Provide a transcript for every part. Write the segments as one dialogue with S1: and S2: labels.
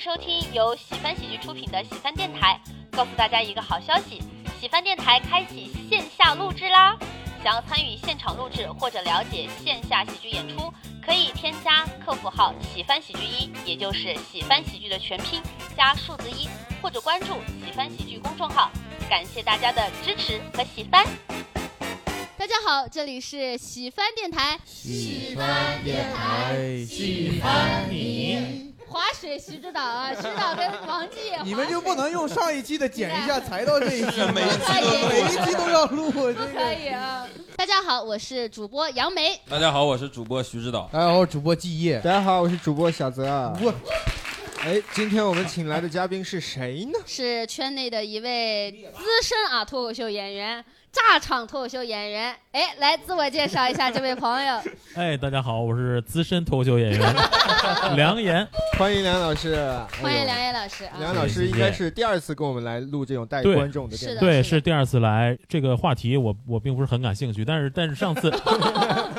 S1: 收听由喜翻喜剧出品的喜翻电台。告诉大家一个好消息，喜翻电台开启线下录制啦！想要参与现场录制或者了解线下喜剧演出，可以添加客服号“喜翻喜剧一”，也就是喜翻喜剧的全拼加数字一，或者关注喜翻喜剧公众号。感谢大家的支持和喜翻。
S2: 大家好，这里是喜翻电台，
S3: 喜欢电台，
S4: 喜欢你。
S2: 划水徐指导啊， 徐指导跟王 继也划水，
S3: 你们就不能用上一期的剪一下裁到这一期
S5: 每一期
S2: 都录
S3: 每一期都要录这
S2: 不可
S3: 个。
S2: 以啊！大家好，我是主播杨梅，
S5: 大家好，我是主播徐指导。
S3: 大家好，我是主播季夜。
S6: 大家好，我是主播小泽啊。
S3: 我
S6: 哎，今天我们请来的嘉宾是谁呢？
S2: 是圈内的一位资深啊脱口秀演员，炸场脱口秀演员。哎，来自我介绍一下这位朋 友，
S4: 哎，大家好，我是资深脱口秀演 员梁岩。
S6: 欢迎梁老师，
S2: 欢迎梁
S6: 哎
S2: 野老师
S6: 呦。
S2: 啊。
S6: 梁老师应该是第二次跟我们来录这种带
S4: 对
S6: 观众的电
S2: 是
S6: 台
S2: 的，
S4: 对，是第二次来这个话题我，我并不是很感兴趣，但是但是上 次，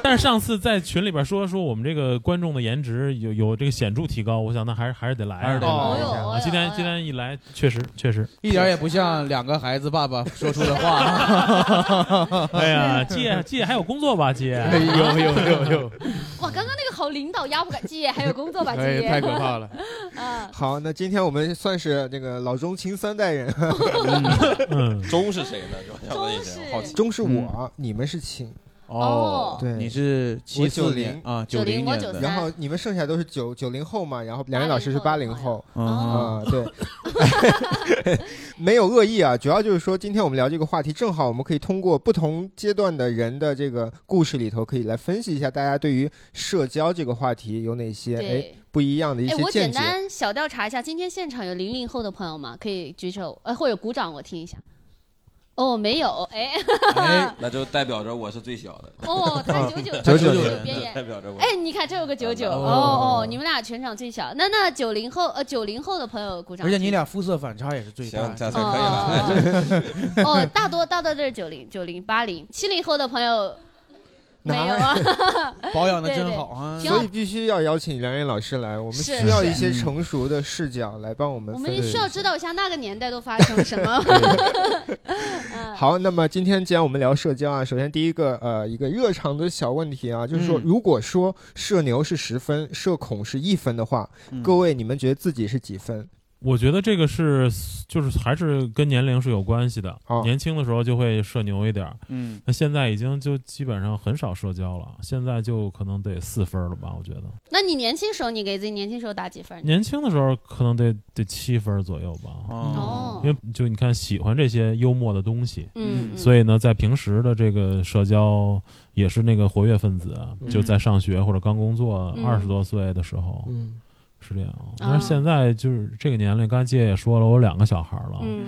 S4: 但是上次在群里边说说我们这个观众的颜值有有这个显著提高，我想那还是还是得来、啊，
S5: 还是得来
S3: 哦
S2: 哦呦，
S4: 啊，
S2: 哦
S4: 今天今天一来，确实确实，
S3: 一点也不像两个孩子爸爸 说出的话。
S4: 哎 呀，姐姐还有工作吧，姐，
S6: 哎
S3: 有有有有，
S2: 哇，刚刚那个好领导压迫感，季爷还有工作吧？季
S3: 哎，太
S2: 爷
S3: 可怕 了。
S2: 啊，
S6: 好，那今天我们算是那个老中青三代人，
S4: 嗯，
S5: 钟是谁呢？我想问一
S2: 钟
S5: 下
S2: 是，
S5: 好奇。嗯
S6: 中是我，你们是青，
S2: 哦
S6: 对，
S7: 嗯你是
S6: 我
S7: 七
S6: 九
S7: 四
S6: 零
S7: 年啊，
S2: 九零
S7: 零
S2: 我
S7: 年
S2: 九三，
S7: 的
S6: 然后你们剩下都是九九零后嘛，然后梁岩老师是八零后，
S7: 嗯，
S6: 啊、对，
S2: 哦
S6: 没有恶意啊，主要就是说，今天我们聊这个话题，正好我们可以通过不同阶段的人的这个故事里头，可以来分析一下大家对于社交这个话题有哪些哎
S2: 对。
S6: 不一样的一
S2: 哎，
S6: 些
S2: 我简
S6: 见解。
S2: 单小调查一下，今天现场有零零后的朋友吗？可以举手，呃，或者鼓掌，我听一下。哦，没有，哎，
S3: 哎，
S5: 那就代表着我是最小的，
S2: 哦，他九九
S6: 九九
S2: 九
S6: 年
S2: 边
S5: 代
S2: 缘。
S5: 表着我。
S2: 哎，你看这有个九九，
S5: 哦
S2: 哦哦，你们俩全场最小。那那九零后，呃，九零后的朋友鼓掌。
S7: 而且你俩肤色反差也是最
S5: 行
S7: 大，
S5: 这
S7: 的。
S5: 才
S3: 嗯
S5: 可以了。
S2: 哦哦，哦哦大多大多都是九零、九零、八零、七零后的朋友没有啊？
S7: 保养的
S2: 对
S7: 真
S2: 对
S7: 好啊
S2: 挺。
S6: 所以必须要邀请梁岩老师来，我们
S2: 是
S6: 需要一些
S7: 是
S6: 成熟的视角来帮我们
S2: 我
S6: 分
S2: 们
S6: 析
S2: 需要知道一下那个年代都发生什么。 嗯
S6: 好，那么今天既然我们聊社交啊，首先第一个呃一个热常的小问题啊，就是说，
S7: 嗯
S6: 如果说社牛是十分，社恐是一分的话，
S2: 嗯
S6: 各位你们觉得自己是几分？
S4: 我觉得这个是就是还是跟年龄是有关系的，
S6: 哦
S4: 年轻的时候就会社牛一点儿，
S7: 嗯，
S4: 那现在已经就基本上很少社交了，现在就可能得四分了吧？我觉得
S2: 那你年轻时候，你给自己年轻时候打几分？
S4: 年轻的时候可能得得七分左右吧，
S7: 哦，
S2: 哦
S4: 因，为就你看喜欢这些幽默的东西，
S2: 嗯，嗯
S4: 所以呢，在平时的这个社交也是那个活跃分子，啊
S6: 嗯
S4: 就在上学或者刚工作
S2: 嗯啊
S4: 二十多岁的时候
S6: 嗯，
S4: 是这样。但是现在就是这个年龄，刚才姐也说了，我有两个小孩了，
S2: 嗯，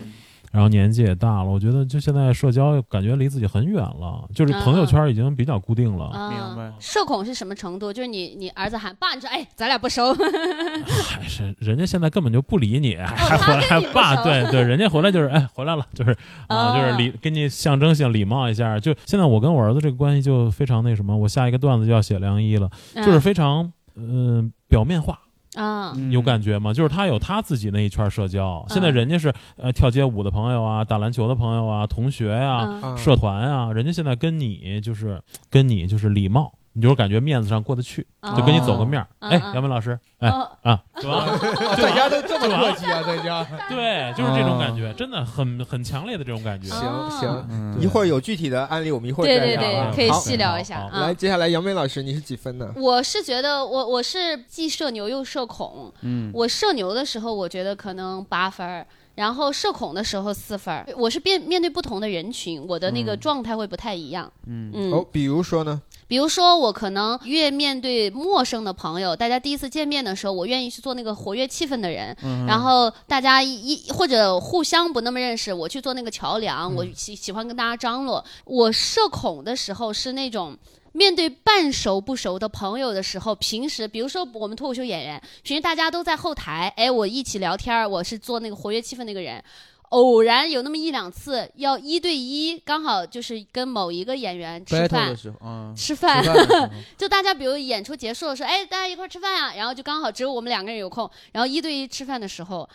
S4: 然后年纪也大了，我觉得就现在社交感觉离自己很远了，就是朋友圈已经比较固定了。
S2: 啊
S7: 明白
S2: 社恐是什么程度？就是你你儿子喊爸，你说哎，咱俩不熟，
S7: 哎
S4: 还是人家现在根本就不理你，还
S2: 哦他
S4: 回
S2: 跟
S4: 来
S2: 你不熟
S4: 爸，对对，人家回来就是哎回来了，就是啊、
S2: 哦
S4: 就是礼跟你象征性礼貌一下。就现在我跟我儿子这个关系就非常那什么，我下一个段子就要写梁一了，就是非常嗯、表面化，
S2: 啊，
S4: 有感觉吗？就是他有他自己那一圈社
S2: 嗯
S4: 交，现在人家是呃跳街舞的朋友啊，打篮球的朋友啊，同学啊，
S2: 嗯
S6: 啊
S4: 社团啊，人家现在跟你就是跟你就是礼貌，你就是感觉面子上过得去，
S2: 嗯
S4: 就跟你走个面儿。
S2: 哦
S4: 哎，
S2: 嗯嗯
S4: 杨文老师，哎
S2: 哦，
S4: 啊，走啊。
S3: 在家都这么客气啊，在家。
S4: 对，就是这种感觉，真的很很强烈的这种感觉。
S6: 哦行
S2: 哦
S6: 行，
S7: 嗯
S6: 一会儿有具体的案例，我们一会儿
S2: 对
S6: 再
S2: 对
S6: 聊啊。
S2: 对，
S4: 对
S2: 可以
S6: 好
S2: 细聊一下
S4: 好
S2: 啊
S6: 来，。接下来杨梅老师，你是几分呢？
S2: 我是觉得我我是既社牛又社恐，
S7: 嗯，
S2: 我社牛的时候，我觉得可能八分儿。然后社恐的时候四分儿，我是面面对不同的人群，我的那个状态会不太一样。嗯
S6: 哦，比如说呢？
S2: 比如说，我可能越面对陌生的朋友，大家第一次见面的时候，我愿意去做那个活跃气氛的人。
S3: 嗯
S2: 然后大家一一或者互相不那么认识，我去做那个桥梁，
S3: 嗯
S2: 我喜喜欢跟大家张罗。我社恐的时候是那种。面对半熟不熟的朋友的时候，平时比如说我们脱口秀演员，平时大家都在后台，哎，我一起聊天儿，我是做那个活跃气氛那个人，偶然有那么一两次要一对一，刚好就是跟某一个演员吃
S3: battle
S2: 饭
S3: 的。时候啊，
S2: 吃
S3: 吃
S2: 饭，
S3: 的时候
S2: 就大家比如演出结束了，说哎，大家一块儿吃饭呀、然后就刚好只有我们两个人有空，然后一对一吃饭的时候，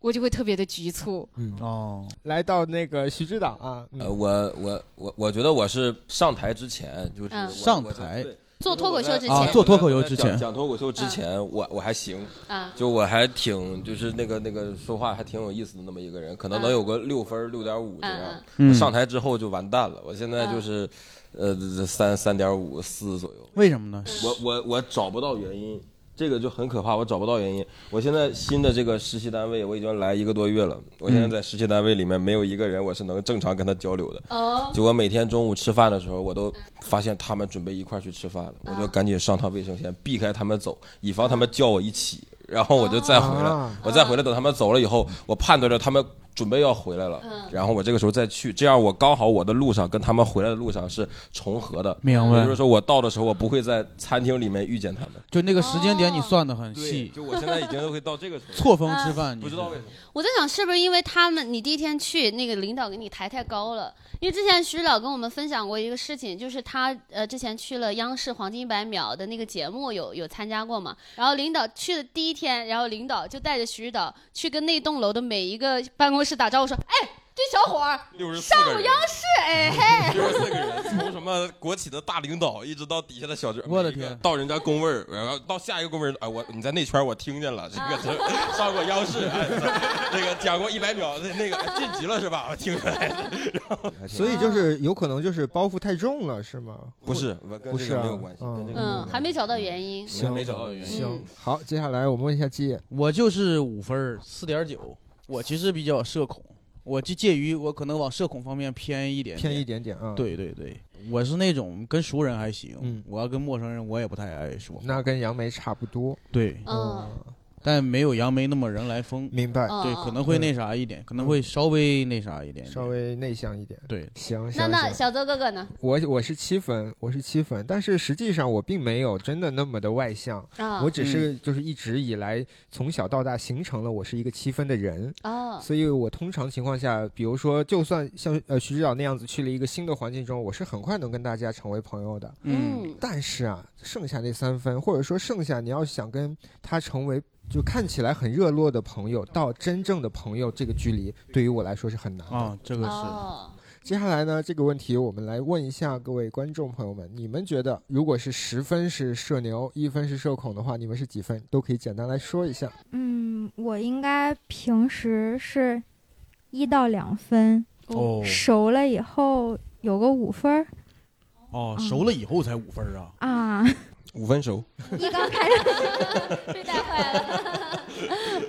S2: 我就会特别的局促。
S3: 嗯
S7: 哦，
S6: 来到那个徐指导啊，嗯
S5: 呃，我我我我觉得我是上台之前就是
S2: 嗯
S5: 我
S3: 上
S5: 我在
S3: 台
S5: 对
S2: 做脱口秀之
S3: 啊
S2: 前，嗯
S3: 做脱口秀之
S5: 讲
S3: 前
S5: 讲脱口秀之前，我我还行，
S2: 啊，
S5: 就我还挺就是那个那个说话还挺有意思的那么一个人，可能能有个六分六点五这样
S2: 嗯。
S3: 嗯
S5: 上台之后就完蛋了，我现在就是，呃，三三点五四左右。
S3: 为什么呢？
S5: 我我我找不到原因，这个就很可怕，我找不到原因。我现在新的这个实习单位我已经来一个多月了，我
S3: 嗯
S5: 现在在实习单位里面没有一个人我是能正常跟他交流的。
S2: 哦，
S5: 就我每天中午吃饭的时候，我都发现他们准备一块儿去吃饭了，我就赶紧上趟卫生间，避开他们走，以防他们叫我一起，然后我就再回来
S6: 啊，
S5: 我再回来等他们走了以后，我判断着他们准备要回来了，然后我这个时候再去，这样我刚好我的路上跟他们回来的路上是重合的，
S3: 明白
S5: 也就是说我到的时候，我不会在餐厅里面遇见他们。
S3: 就那个时间
S2: 哦
S3: 点你算的很
S5: 对，
S3: 细，
S5: 就我现在已经会到这个程度，
S3: 错峰吃饭，你
S5: 不知道为什么。
S2: 啊我在想是不是因为他们，你第一天去那个领导给你抬太高了？因为之前徐老跟我们分享过一个事情，就是他呃之前去了央视《黄金一百秒》的那个节目有有参加过嘛，然后领导去的第一天，然后领导就带着徐导去跟那栋楼的每一个办公室打招呼说，哎。这小伙儿
S5: 六十四
S2: 上
S5: 个
S2: 午
S5: 人
S2: 央视，哎嘿，
S5: 六十四个人，从什么国企的大领导一直到底下的小职，
S3: 我的天
S5: 到人家工位儿，然后到下一个工位儿，哎，我你在那圈儿我听见了，这个这上过央视，哎，这个讲过一百秒，那那个哎晋级了是吧？我听出 来了，
S6: 所以就是有可能就是包袱太重了，是吗？
S5: 不是，我跟
S6: 不
S5: 这
S6: 是
S5: 个
S6: 啊
S5: 没有关系，嗯
S6: 嗯
S5: 跟这个没有
S2: 嗯，
S5: 关系
S2: 还没找到原因。
S6: 行
S5: 没找到原因。
S6: 行，好，接下来我们问一下基野，
S7: 我就是五分儿，四点九。我其实比较社恐，我就介于我可能往社恐方面偏一点
S6: 偏一。点点啊。，
S7: 对对对，我是那种跟熟人还行，
S6: 嗯
S7: 我要跟陌生人我也不太爱说。
S6: 那跟杨梅差不多。
S7: 对，
S2: 嗯，
S7: 但没有杨梅那么人来疯。
S6: 明白，嗯
S2: 嗯
S7: 对，可能会那啥一点，可能会稍微那啥一点点。
S6: 稍微内向一点。
S7: 对，
S6: 行，
S2: 那
S6: 行
S2: 嗯那
S6: 行
S2: 小泽哥哥呢？
S6: 我我是七分，我是七分，但是实际上我并没有真的那么的外向，
S2: 啊
S6: 我只
S7: 嗯
S6: 是就是一直以来从小到大形成了我是一个七分的人，
S2: 啊，
S6: 所以我通常情况下，比如说就算像呃徐指导那样子去了一个新的环境中，我是很快能跟大家成为朋友的。
S7: 嗯，
S2: 嗯
S6: 但是啊，剩下那三分，或者说剩下你要想跟他成为就看起来很热络的朋友，到真正的朋友这个距离，对于我来说是很难的。
S7: 啊，这个是
S2: 哦，
S6: 接下来呢，这个问题我们来问一下各位观众朋友们，你们觉得如果是十分是社牛，一分是社恐的话，你们是几分？都可以简单来说一下。
S8: 嗯，我应该平时是一到两分，
S7: 哦
S8: 熟了以后有个五分儿
S7: 哦，
S2: 嗯
S7: 熟了以后才五分儿啊。
S8: 啊。
S5: 五 分熟，
S8: 一刚开始，
S2: 被带坏了。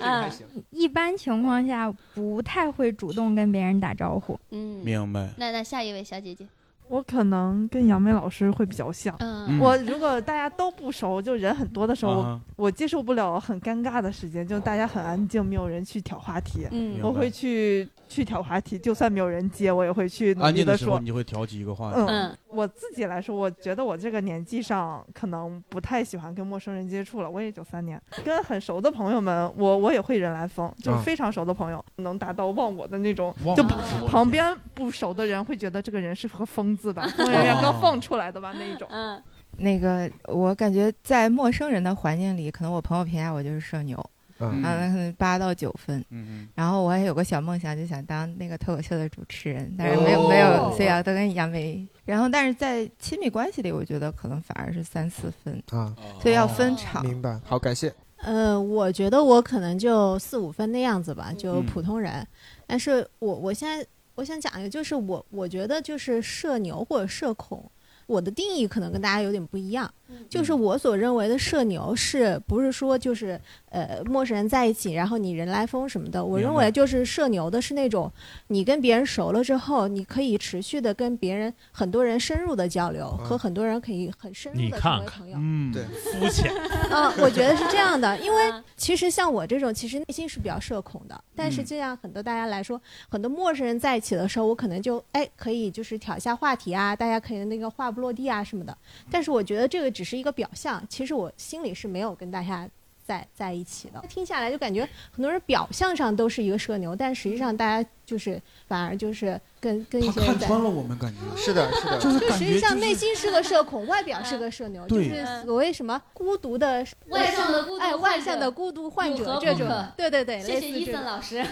S2: 啊，
S8: 嗯一般情况下不太会主动跟别人打招呼。
S2: 嗯，
S7: 明白。
S2: 那那下一位小姐姐，
S9: 我可能跟杨梅老师会比较像。
S2: 嗯
S9: 我如果大家都不熟，就人很多的时候，
S7: 啊
S9: 我接受不了很尴尬的时间，就大家很安静，没有人去挑话题。
S2: 嗯
S7: 明白
S9: 我会去去挑话题，就算没有人接，我也会去努
S7: 安
S9: 力
S7: 静
S9: 的
S7: 的时候
S9: 说。
S7: 你就会挑起一个话
S9: 嗯
S7: 题。
S2: 嗯
S9: 我自己来说，我觉得我这个年纪上可能不太喜欢跟陌生人接触了。我也九三年，跟很熟的朋友们，我我也会人来疯，就是
S6: 啊
S9: 非常熟的朋友，能达到忘我的那种。
S7: 忘
S9: 就
S7: 我
S9: 旁
S7: 我
S9: 旁边不熟的人会觉得这个人是个疯子 吧，疯人要刚放出来的吧那一种。
S2: 嗯，
S10: 那个，我感觉在陌生人的环境里，可能我朋友评价我就是社牛，
S6: 嗯
S10: 啊，可能八到九分。
S7: 嗯
S10: 然后我也有个小梦想，就想当那个脱口秀的主持人，但是没有、
S7: 哦
S10: 没有，所以啊，都跟杨梅。然后，但是在亲密关系里，我觉得可能反而是三四分，
S7: 哦
S6: 啊，
S10: 所以要分场。
S6: 哦明白。好，感谢。
S11: 呃，我觉得我可能就四五分的样子吧，就普通人。但是我我现在我想讲一个，就是我我觉得就是社牛或者社恐，我的定义可能跟大家有点不一样。就是我所认为的社牛，是不是说就是呃陌生人在一起，然后你人来疯什么的？我
S7: 明
S11: 认
S7: 白
S11: 为就是社牛的是那种你跟别人熟了之后，你可以持续的跟别人很多人深入的交流，和
S6: 嗯
S11: 很多人可以很深
S4: 你
S11: 入的
S4: 看
S11: 成为
S4: 看
S11: 朋友。
S7: 嗯，
S6: 对
S4: 肤浅，
S11: 嗯，我觉得是这样的，因为
S2: 啊
S11: 其实像我这种，其实内心是比较社恐的。但是
S7: 嗯
S11: 就像很多大家来说，很多陌生人在一起的时候，我可能就哎可以就是挑一下话题啊，大家可以那个话不落地啊什么的。但是我觉得这个只是一个表象，其实我心里是没有跟大家在在一起的。听下来就感觉很多人表象上都是一个社牛，但实际上大家就是反而就是跟跟一
S12: 他
S11: 些人
S12: 看
S11: 在
S12: 穿了我们，感觉
S6: 是的，是的，
S12: 就是感
S11: 实
S12: 觉
S11: 际上
S12: 就
S11: 内
S12: 是
S11: 心是个社恐，外表是个社牛，就
S12: 对
S11: 是所谓什么孤独的
S2: 嗯外向的孤独
S11: 哎，
S2: 患
S11: 外
S2: 者
S11: 向的孤独患
S2: 有
S11: 者
S2: 何
S11: 这
S2: 不
S11: 种
S2: 可，
S11: 对对对，
S2: 谢
S11: 类
S2: 谢
S11: 似
S2: 伊
S11: 这
S2: 森
S11: 种
S2: 老师。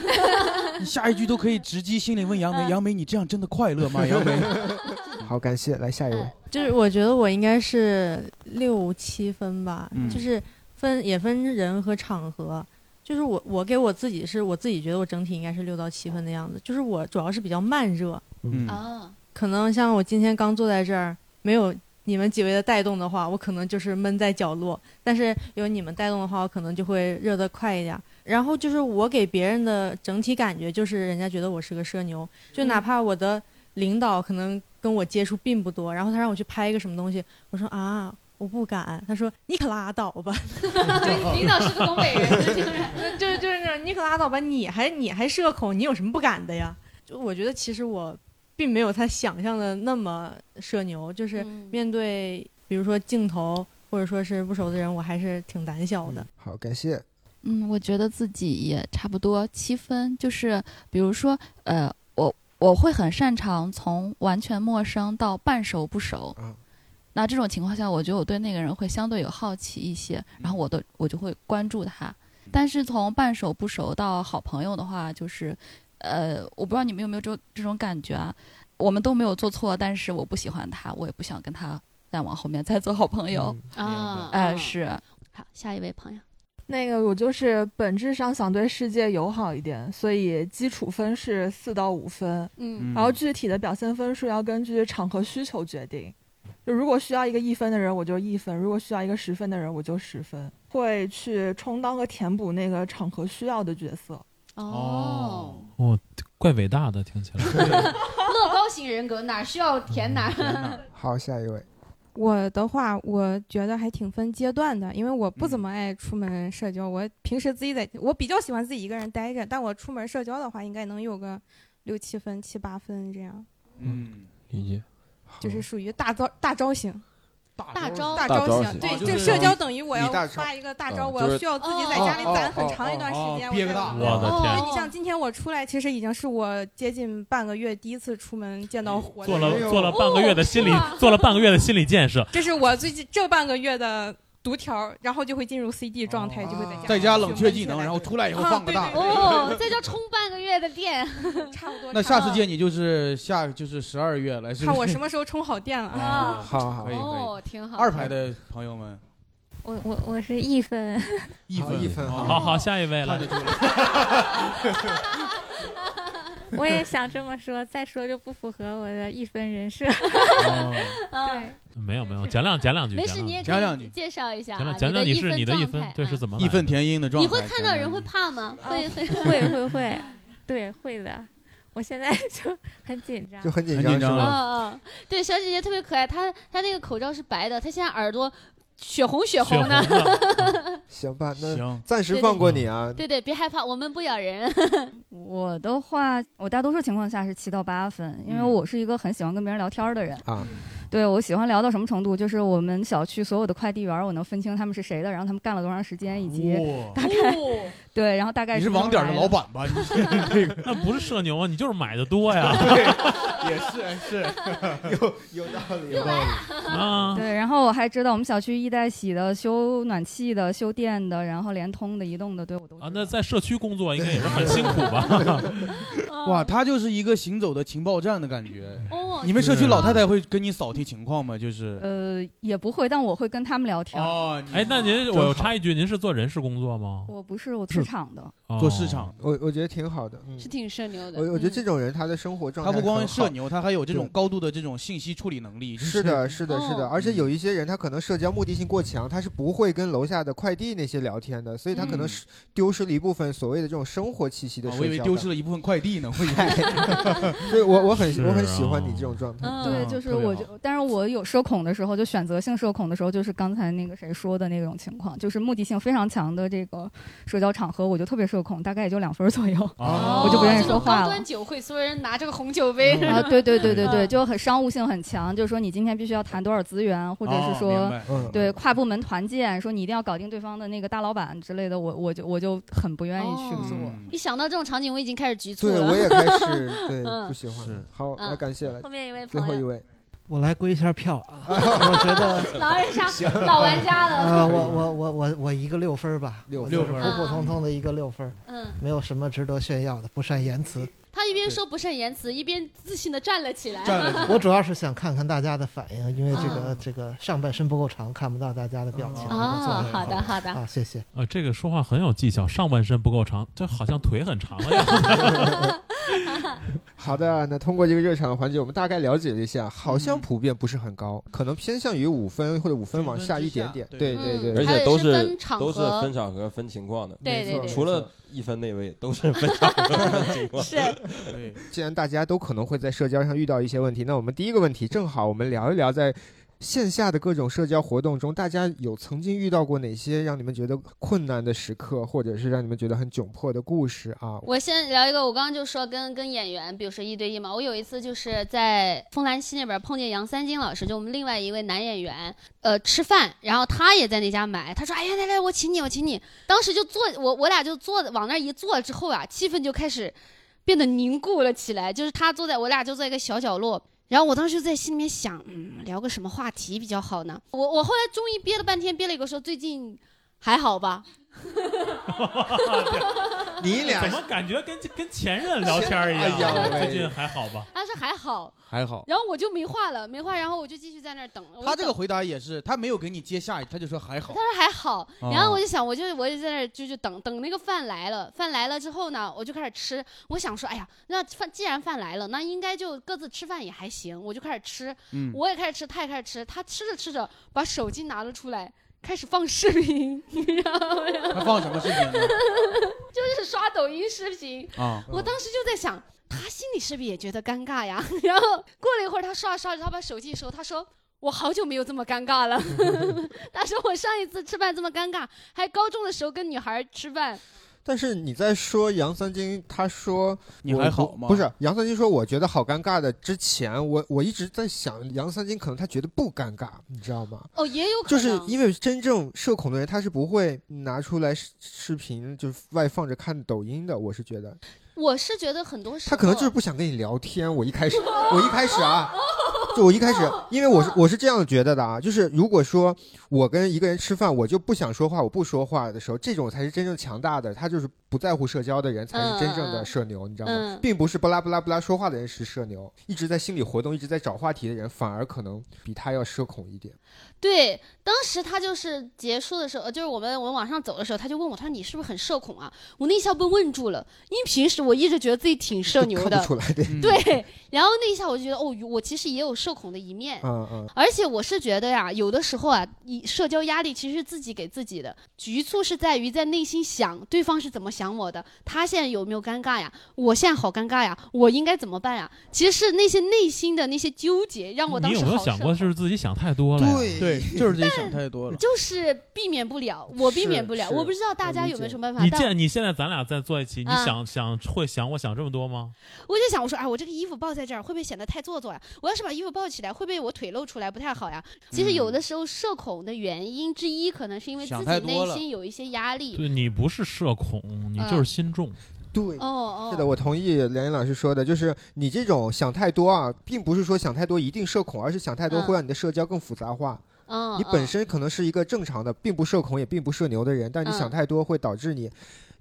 S12: 你下一句都可以直击心里问
S13: 嗯
S12: 杨梅，杨梅你这样真的快乐吗？杨梅，
S6: 好，感谢，来下一位。
S12: 嗯
S14: 就是我觉得我应该是六七分吧，
S6: 嗯
S14: 就是分也分人和场合。就是我我给我自己是我自己觉得我整体应该是六到七分的样子。就是我主要是比较慢热，
S12: 嗯
S2: 啊，
S14: 可能像我今天刚坐在这儿，没有你们几位的带动的话，我可能就是闷在角落。但是有你们带动的话，我可能就会热得快一点。然后就是我给别人的整体感觉，就是人家觉得我是个社牛，就哪怕我的领导可能跟我接触并不多，然后他让我去拍一个什么东西，我说啊。我不敢，他说你可拉倒吧，
S2: 领导是个东北人，
S14: 就是就是那种你可拉倒吧，你还你还社恐，你有什么不敢的呀？就我觉得其实我并没有他想象的那么社牛，就是面对比如说镜头或者说是不熟的人，我还是挺胆小的。
S6: 好，感谢。
S15: 嗯，我觉得自己也差不多七分，就是比如说，呃，我我会很擅长从完全陌生到半熟不熟。
S6: 啊
S15: 那这种情况下，我觉得我对那个人会相对有好奇一些，然后我的我就会关注他。
S6: 嗯
S15: 但是从半熟不熟到好朋友的话，就是，呃，我不知道你们有没有这这种感觉啊？我们都没有做错，但是我不喜欢他，我也不想跟他再往后面再做好朋友。
S2: 嗯啊
S15: 哎、
S2: 啊
S15: 是。
S2: 好，下一位朋友。
S16: 那个我就是本质上想对世界友好一点，所以基础分是四到五分，
S2: 嗯
S16: 然后具体的表现分数要根据场合需求决定。就如果需要一个一分的人，我就一分；如果需要一个十分的人，我就十分。会去充当和填补那个场合需要的角色。
S2: 哦，
S4: 哦，怪伟大的，听起来。
S2: 乐高型人格哪需要填哪？
S6: 好，下一位。
S13: 我的话，我觉得还挺分阶段的，因为我不怎么爱出门社交。我平时自己在，我比较喜欢自己一个人待着，但我出门社交的话，应该能有个六七分、七八分这样，
S12: 嗯，
S5: 理解。
S13: 就是属于大招大招型。
S2: 大招
S13: 大
S5: 大招
S13: 型，
S5: 型
S13: 对
S14: 啊
S5: 哦，
S13: 这
S5: 就是
S13: 社交等于我要
S5: 你大招
S13: 发一个大
S5: 啊
S13: 招，我
S5: 就是
S13: 要需要自己在家里攒很长一段时间，
S12: 哦哦哦哦哦哦憋
S13: 我
S12: 个大
S13: 才能
S12: 我的天
S13: 对你像今天我出来，其实已经是我接近半个月第一次出门见到活的
S4: 做
S13: 人，哦
S4: 了做了半个月的
S2: 哦
S4: 心理，做了半个月的心理建设。
S13: 这是我最近这半个月的读条，然后就会进入
S4: 哦
S13: CD 状态，就会在 家
S12: 在家冷却技能，然后出来以后放个大。
S2: 哦，这叫充半个月的电，
S13: 差不多。
S12: 那下次见你就是下就是十二月了，是不
S13: 看
S12: 是
S13: 我 什么时候充好电了
S12: 啊
S13: 啊！
S12: 好好可以可以
S13: 哦，挺
S12: 二排的朋友们，
S17: 我我我是一 分，
S12: 一分
S4: 一分好好下一位了
S12: 看得出来
S17: 我也想这么说，再说就不符合我的一分人设。
S2: 哦 对，
S4: 没有没有，讲两讲两句，
S2: 没事，你也
S4: 讲
S2: 可
S4: 两
S2: 以
S4: 句，
S2: 介绍一下
S4: 讲
S2: 啊
S4: 两，讲讲
S2: 一
S4: 是你的一
S2: 状
S4: 分
S2: 态，。
S4: 对是怎么来
S12: 义
S4: 的
S12: 愤填膺的状态。
S2: 你会看到人会怕吗？会会
S17: 哦会会会，对会的。我 现在就很紧张，
S6: 就很紧
S12: 很紧张张
S2: 嗯
S12: 了
S2: 嗯，对，小姐姐特别可爱，她她那个口罩是白的，她现在耳朵血红血红的。
S6: 行吧，那
S12: 行
S6: 暂时放过你 啊。
S2: 对对，别害怕，我们不咬人。
S17: 我的话，我大多数情况下是七到八分，因为
S6: 嗯
S17: 我是一个很喜欢跟别人聊天儿的人。
S12: 嗯
S6: 啊，
S17: 对我喜欢聊到什么程度，就是我们小区所有的快递员儿，我能分清他们是谁的，然后他们干了多长时间，以及
S4: 哇
S17: 大概、对，然后大概
S4: 哦你是
S17: 什么时
S4: 网
S17: 候
S4: 点的
S17: 来
S4: 老 板吧？那不是社牛啊，你就是买的多呀。
S12: 也是是， 有有道理，有道理
S4: 啊。
S17: 对，然后我还知道我们小区一代洗的、修暖气的、修电的，然后联通的、移动的，对我都
S4: 啊，那在社区工作应该也是很辛苦吧？
S2: 嗯
S12: 哇，他就是一个行走的情报站的感觉。
S17: 哦
S12: 你们社区老太太会跟你扫听情况吗？就是
S17: 呃也不会，但我会跟他们聊天。
S12: 哦，
S4: 哎，那您
S12: 真
S4: 我
S12: 好
S4: 插一句，您是做人事工作吗？哦
S17: 我不是我市场的，
S6: 做
S12: 市场，
S6: 我我觉得挺好的，嗯
S2: 是挺社牛的
S6: 我我觉得这种人他的生活状态
S12: 他
S6: 很好，
S12: 不光社牛，他还有这种
S6: 对
S12: 高度的这种信息处理能力。就是
S6: 的，是的，是的，
S12: 哦
S6: 而且有一些人他可能社交目的性过强，他是不会跟楼下的快递那些聊天的，所以他可能
S12: 嗯
S6: 是丢失了一部分所谓的这种生活气息的
S12: 啊
S6: 社交
S12: 我
S6: 感。
S12: 以为丢失了一部分快递呢。
S6: 会有。对我我很
S12: 是
S6: 我很喜欢
S12: 啊
S6: 你这种状态。
S2: 嗯
S17: 对，就是我就，但是我有社恐的时候，就选择性社恐的时候，就是刚才那个谁说的那种情况，就是目的性非常强的这个社交场合，我就特别社恐，大概也就两分儿左右，
S2: 哦
S17: 我就不愿意说话
S2: 高
S17: 了
S2: 端。酒会，所有人拿这个红酒杯。
S17: 啊，对对对对
S2: 嗯
S17: 对，就很商务性很强，就是说你今天必须要谈多少资源，或者是
S2: 哦明
S17: 说
S2: 白嗯
S17: 对跨部门团建，说你一定要搞定对方的那个大老板之类的，我我就我就很不愿意去
S2: 哦
S17: 做。
S2: 一想到这种场景，我已经开始局促
S6: 对，
S2: 了。
S6: 我也开始对
S2: 嗯
S6: 不喜欢了。好，
S2: 嗯
S6: 来感谢了。
S2: 后面一位
S6: 最
S2: 朋
S6: 后
S2: 友
S6: 一位，
S18: 我来归一下票 啊，我觉得
S2: 老人杀老玩家了
S18: 呃，我我我我我一个六分儿吧，六
S2: 六分
S18: 普
S2: 儿
S18: 普通通的一个六分儿，
S2: 嗯
S18: 没有什么值得炫耀的，不善言辞。
S2: 他一边说不善言辞，一边自信的站了起来。
S18: 我主要是想看看大家的反应，因为这个
S2: 啊
S18: 这个上半身不够长，看不到大家的表情。
S2: 哦
S18: 这个作用
S2: 好的好的
S18: 啊，谢谢。
S4: 啊，这个说话很有技巧，上半身不够长，这好像腿很长了呀。
S6: 好的，那通过这个热场的环节，我们大概了解了一下，好
S12: 嗯
S6: 像普遍不是很高，可能偏向于五分或者五分往下一点点。对对对，
S5: 而且都
S2: 它嗯也是
S5: 是
S2: 分场合
S5: 都是分场合、分情况的。
S2: 对对对没错
S5: 除了一分那位，都是分场合、 分情况。
S2: 是
S5: 对，
S6: 既然大家都可能会在社交上遇到一些问题，那我们第一个问题正好我们聊一聊在线下的各种社交活动中，大家有曾经遇到过哪些让你们觉得困难的时刻，或者是让你们觉得很窘迫的故事啊？
S2: 我先聊一个，我刚刚就说跟跟演员，比如说一对一嘛。我有一次就是在丰兰西那边碰见杨三金老师，就我们另外一位男演员，呃，吃饭，然后他也在那家买，他说：“哎呀，来来，我请你，我请你。”当时就坐，我我俩就坐往那儿一坐之后啊，气氛就开始变得凝固了起来，就是他坐在我俩就在一个小角落。然后我当时就在心里面想，嗯，聊个什么话题比较好呢？我我后来终于憋了半天，憋了一个说最近还好吧，
S6: 你俩
S4: 怎么感觉跟跟前任聊天儿一
S6: 哎呀
S4: 样？啊
S6: 喂
S4: 最近还好吧？
S2: 他说还好，
S3: 还好。
S2: 然后我就没话了，没话，然后我就继续在那儿等。我就
S12: 他这个
S2: 等
S12: 回答也是，他没有给你接下一，他就说还好
S2: 他。说还好，
S12: 哦
S2: 然后我就想，我就我就在那儿就就等等那个饭来了，饭来了之后呢，我就开始吃。我想说，哎呀，那饭既然饭来了，那应该就各自吃饭也还行，我就开始吃，
S12: 嗯
S2: 我也开始吃，他也开始吃。他吃着吃着，把手机拿了出来，开始放视频，你知道吗？
S12: 他放什么视频呢？
S2: 就是刷抖音视频
S12: 啊
S6: 嗯
S2: 我当时就在想，他心里是不是也觉得尴尬呀？ 然后过了一会儿，他刷着刷着，他把手机一收，他说。我好久没有这么尴尬了。 他说我上一次吃饭这么尴尬，还高中的时候跟女孩吃饭。
S6: 但是你在说杨三金，他说
S12: 你
S6: 我
S12: 还
S6: 不
S12: 好吗
S6: 不是杨三金说，我觉得好尴尬的。之前我我一直在想，杨三金可能他觉得不尴尬，你知道吗？
S2: 哦，也有可
S6: 就
S2: 能
S6: 是因为真正社恐的人，他是不会拿出来视视频，就是外放着看抖音的。我是觉得
S2: 我是觉得很多时候
S6: 他可能就是不想跟你聊天。我 一开始，我一开始啊，就我一开始，因为我是我是这样觉得的啊，就是如果说我跟一个人吃饭，我就不想说话，我不说话的时候，这种才是真正强大的。他就是不在乎社交的人，才是真正的社牛，你知道吗
S2: 嗯？
S6: 并不是不拉不拉不拉说话的人是社牛，一直在心里活动，一直在找话题的人，反而可能比他要社恐一点。
S2: 对，当时他就是结束的时候，呃就是我们我们往上走的时候，他就问我，他说你是不是很社恐啊？我那一下被问住了，因为平时我一直觉得自己挺社牛
S6: 看
S2: 的
S6: 不，出来，对，
S2: 对。然后那一下我就觉得，哦，我其实也有社恐的一面。
S6: 嗯嗯。
S2: 而且我是觉得呀，有的时候啊，以社交压力其实是自己给自己的。局促是在于在内心想对方是怎么想我的，他现在有没有尴尬呀？我现在好尴尬呀，我应该怎么办呀？其实是那些内心的那些纠结，让我当
S4: 你
S2: 时
S4: 有
S2: 好
S4: 没有想
S2: 受
S4: 过是自己想太多了呀？
S2: 对
S12: 对，就是自己想太多了。
S2: 就是避免不了，我避免不了，
S12: 是
S2: 我不知道大
S12: 我
S2: 家
S12: 理
S2: 有没有
S12: 解
S2: 什么办法。
S4: 你
S2: 但
S4: 见你现在咱俩在坐一起，你
S2: 啊
S4: 想想会想我想这么多吗？
S2: 我就想，我说，哎，我这个衣服抱在这儿会不会显得太做作呀？我要是把衣服抱起来，会不会我腿露出来不太好呀？其
S6: 嗯
S2: 实有的时候社恐的原因之一，可能是因为自
S4: 想
S2: 己
S4: 太多
S2: 内
S4: 了
S2: 心有一些压力。
S4: 对你不是社恐，你
S2: 嗯
S4: 就是心重。
S6: 对，
S2: 哦哦，
S6: 是的，我同意梁岩老师说的，就是你这种想太多啊，并不是说想太多一定社恐，而是想太多
S2: 嗯
S6: 会让你的社交更复杂化。
S2: 嗯，
S6: 你本身可能是一个正常的，并不社恐也并不社牛的人，但你
S2: 嗯
S6: 想太多会导致你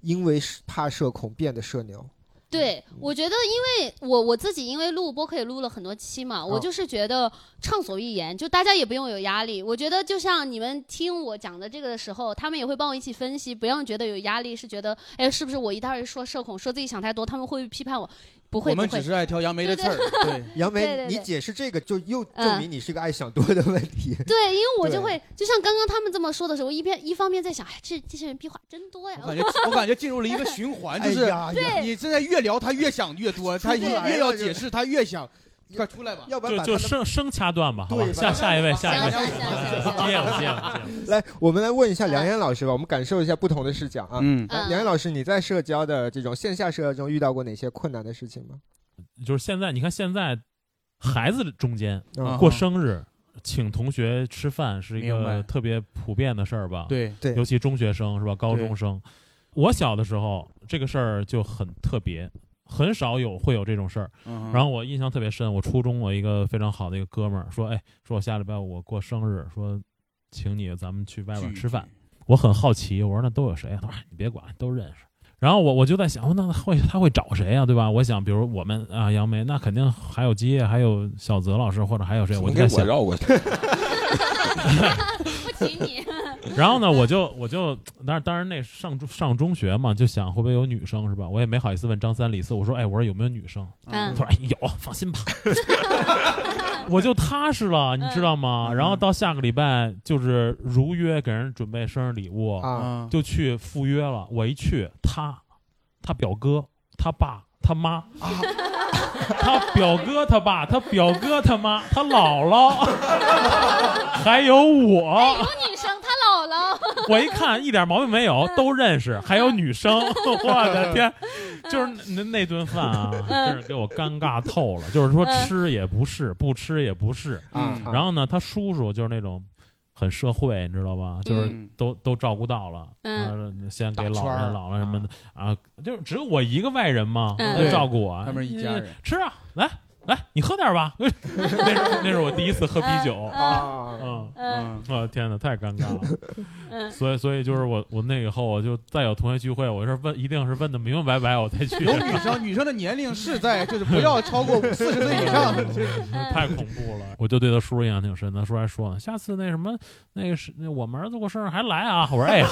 S6: 因为是怕社恐变得社牛。
S2: 对，
S6: 嗯
S2: 我觉得，因为我我自己因为录播客也录了很多期嘛，我
S6: 哦
S2: 就是觉得畅所欲言，就大家也不用有压力。我觉得就像你们听我讲的这个的时候，他们也会帮我一起分析，不要觉得有压力，是觉得哎，是不是我一旦说社恐，说自己想太多，他们会批判我。不会
S7: 我们
S2: 不会
S7: 只是爱挑杨梅的刺 儿。对，
S6: 杨
S2: 对
S6: 梅
S2: 对，
S6: 你
S2: 对
S6: 解释这个就又证
S2: 嗯
S6: 明你是个爱想多的问题。
S2: 对，因为我
S6: 对
S2: 就会，就像刚刚他们这么说的时候，我一边一方面在想，哎，这这些人屁话真多呀。
S7: 我感觉我感觉进入了一个循环，
S12: 哎
S7: 就
S12: 呀
S7: 是
S12: 呀对
S7: 你现在越聊他越想越多，他
S12: 出不来
S7: 越要
S12: 了
S7: 解释他越想，快出来吧，
S6: 要不
S4: 就就生生掐断吧，好吧，下下一位，下一位，接我接我接我。
S2: 嗯
S6: 来，我们来问一下梁岩老师吧，我们感受一下不同的视角啊。
S7: 嗯
S6: 来梁岩老师，你在社交的这种线下社交中遇到过哪些困难的事情吗？
S4: 就是现在，你看现在孩子中间
S6: 嗯
S4: 过生日。请同学吃饭是一
S7: 明白
S4: 个特别普遍的事儿吧？
S7: 对对
S4: 尤其中学生是吧？高中生，我小的时候这个事儿就很特别，很少有会有这种事儿。
S7: 嗯哼
S4: 然后我印象特别深，我初中我一个非常好的一个哥们儿说：“哎，说我下礼拜我过生日，说请你咱们去外边吃饭。”我很好奇，我说那都有谁啊？他说哎你别管，都认识。然后我我就在想，哦那他会他会找谁啊？对吧？我想，比如我们啊，杨梅，那肯定还有基业，还有小泽老师，或者还有谁？
S5: 怎
S4: 我
S5: 么
S4: 就
S5: 给
S4: 在
S5: 我
S4: 想，
S5: 绕过去？
S2: 不请你。
S4: 然后呢，我就我就，当然当然那上中上中学嘛，就想会不会有女生是吧？我也没好意思问张三李四，我说哎，我说有没有女生？
S2: 嗯
S4: 他说哎有，放心吧。 我就踏实了，你知道吗？然后到下个礼拜就是如约给人准备生日礼物，
S6: 啊
S4: 就去赴约了。我一去，他、他表哥、他爸、他妈， 他表哥他爸、他表哥他妈、他姥姥， 还有
S2: 哦
S4: 我。
S2: 有哎女生，她姥姥。
S4: 我一看一点毛病没有，都认识，还有女生，我的天，就是那那顿饭啊，
S12: 嗯
S4: 真是给我尴尬透了。就是说
S12: 嗯
S4: 吃也不是，不吃也不是。
S12: 嗯
S4: 然后呢，他叔叔就是那种很社会，你知道吧？就是
S12: 嗯
S4: 都都照顾到了，
S12: 嗯
S4: 呃，先给
S12: 打
S4: 老
S12: 圈儿
S4: 人姥姥什么的啊，就是只有我一个外人嘛，
S12: 嗯
S4: 来照顾我。
S12: 他们一家人
S4: 吃啊，来 来，你喝点儿吧。 那是那是我第一次喝啤酒
S2: 嗯
S6: 啊
S4: 嗯
S6: 嗯
S4: 我的天哪，太尴尬了。
S2: 嗯
S4: 所以，所以就是我，我那以后我就再有同学聚会，我是问，一定是问的明明白白，我才去。
S7: 有女生，女生的年龄是在就是不要超过四十岁以上。
S4: 嗯
S6: 嗯
S4: 太恐怖了。 我就对他叔叔印象挺深的，他叔还说呢，下次那什么，那个是那我们儿子过生日还来啊。我说 哎，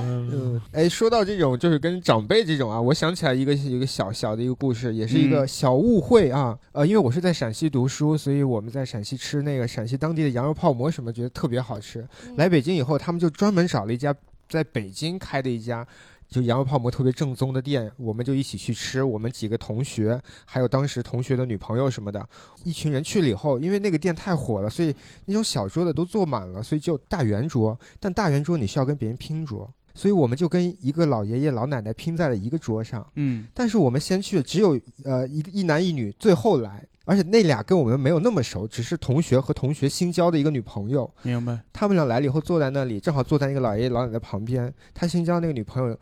S6: 嗯，哎，说到这种就是跟长辈这种啊，我想起来一个一个小小的一个故事，也是一个
S12: 嗯
S6: 小误会啊。呃，因为我是在陕西读书，所以我们在陕西吃那个陕西当地的羊肉泡馍什么，觉得特别好吃。来北京以后，他们就专门找了一家在北京开的一家。就羊肉泡馍特别正宗的店，我们就一起去吃。我们几个同学，还有当时同学的女朋友什么的，一群人去了以后，因为那个店太火了，所以那种小桌的都坐满了，所以就大圆桌。但大圆桌你需要跟别人拼桌，所以我们就跟一个老爷爷老奶奶拼在了一个桌上。
S7: 嗯，
S6: 但是我们先去，只有呃一一男一女，最后来，而且那俩跟我们没有那么熟，只是同学和同学新交的一个女朋友。
S7: 明白。
S6: 他们俩来了以后坐在那里，正好坐在那个老爷爷老奶奶旁边，他新交那个女朋友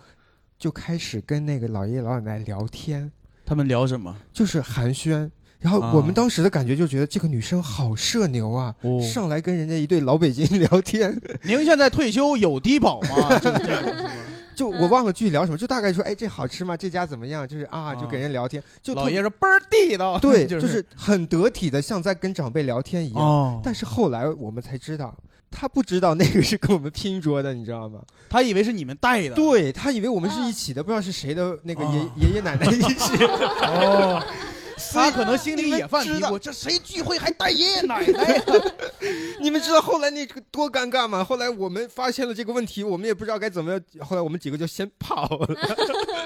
S6: 就开始跟那个老爷爷老奶奶聊天，
S7: 他们聊什么？啊
S6: 就是寒暄。然后我们当时的感觉就觉得这个女生好社牛啊，上来跟人家一对老北京聊天。
S7: 您哦现在退休有低保 吗？这个
S6: 就我忘了具体聊什么，就大概说，哎，这好吃吗？这家怎么样？就是啊，就给人聊天，就特
S7: 老爷说倍儿地道，哦
S6: 对，
S7: 就
S6: 就是很得体的，像在跟长辈聊天一样。
S7: 哦
S6: 但是后来我们才知道，他不知道那个是跟我们拼桌的，你知道吗？
S7: 他以为是你们带的，
S6: 对他以为我们是一起的，不知道是谁的那个爷、
S7: 啊
S6: 爷爷奶奶一起。
S7: 哦，他可能心里也犯嘀
S6: 你们知道
S7: 咕，这谁聚会还带爷爷奶奶？
S6: 你们知道后来那个多尴尬吗？后来我们发现了这个问题，我们也不知道该怎么样。后来我们几个就先跑了，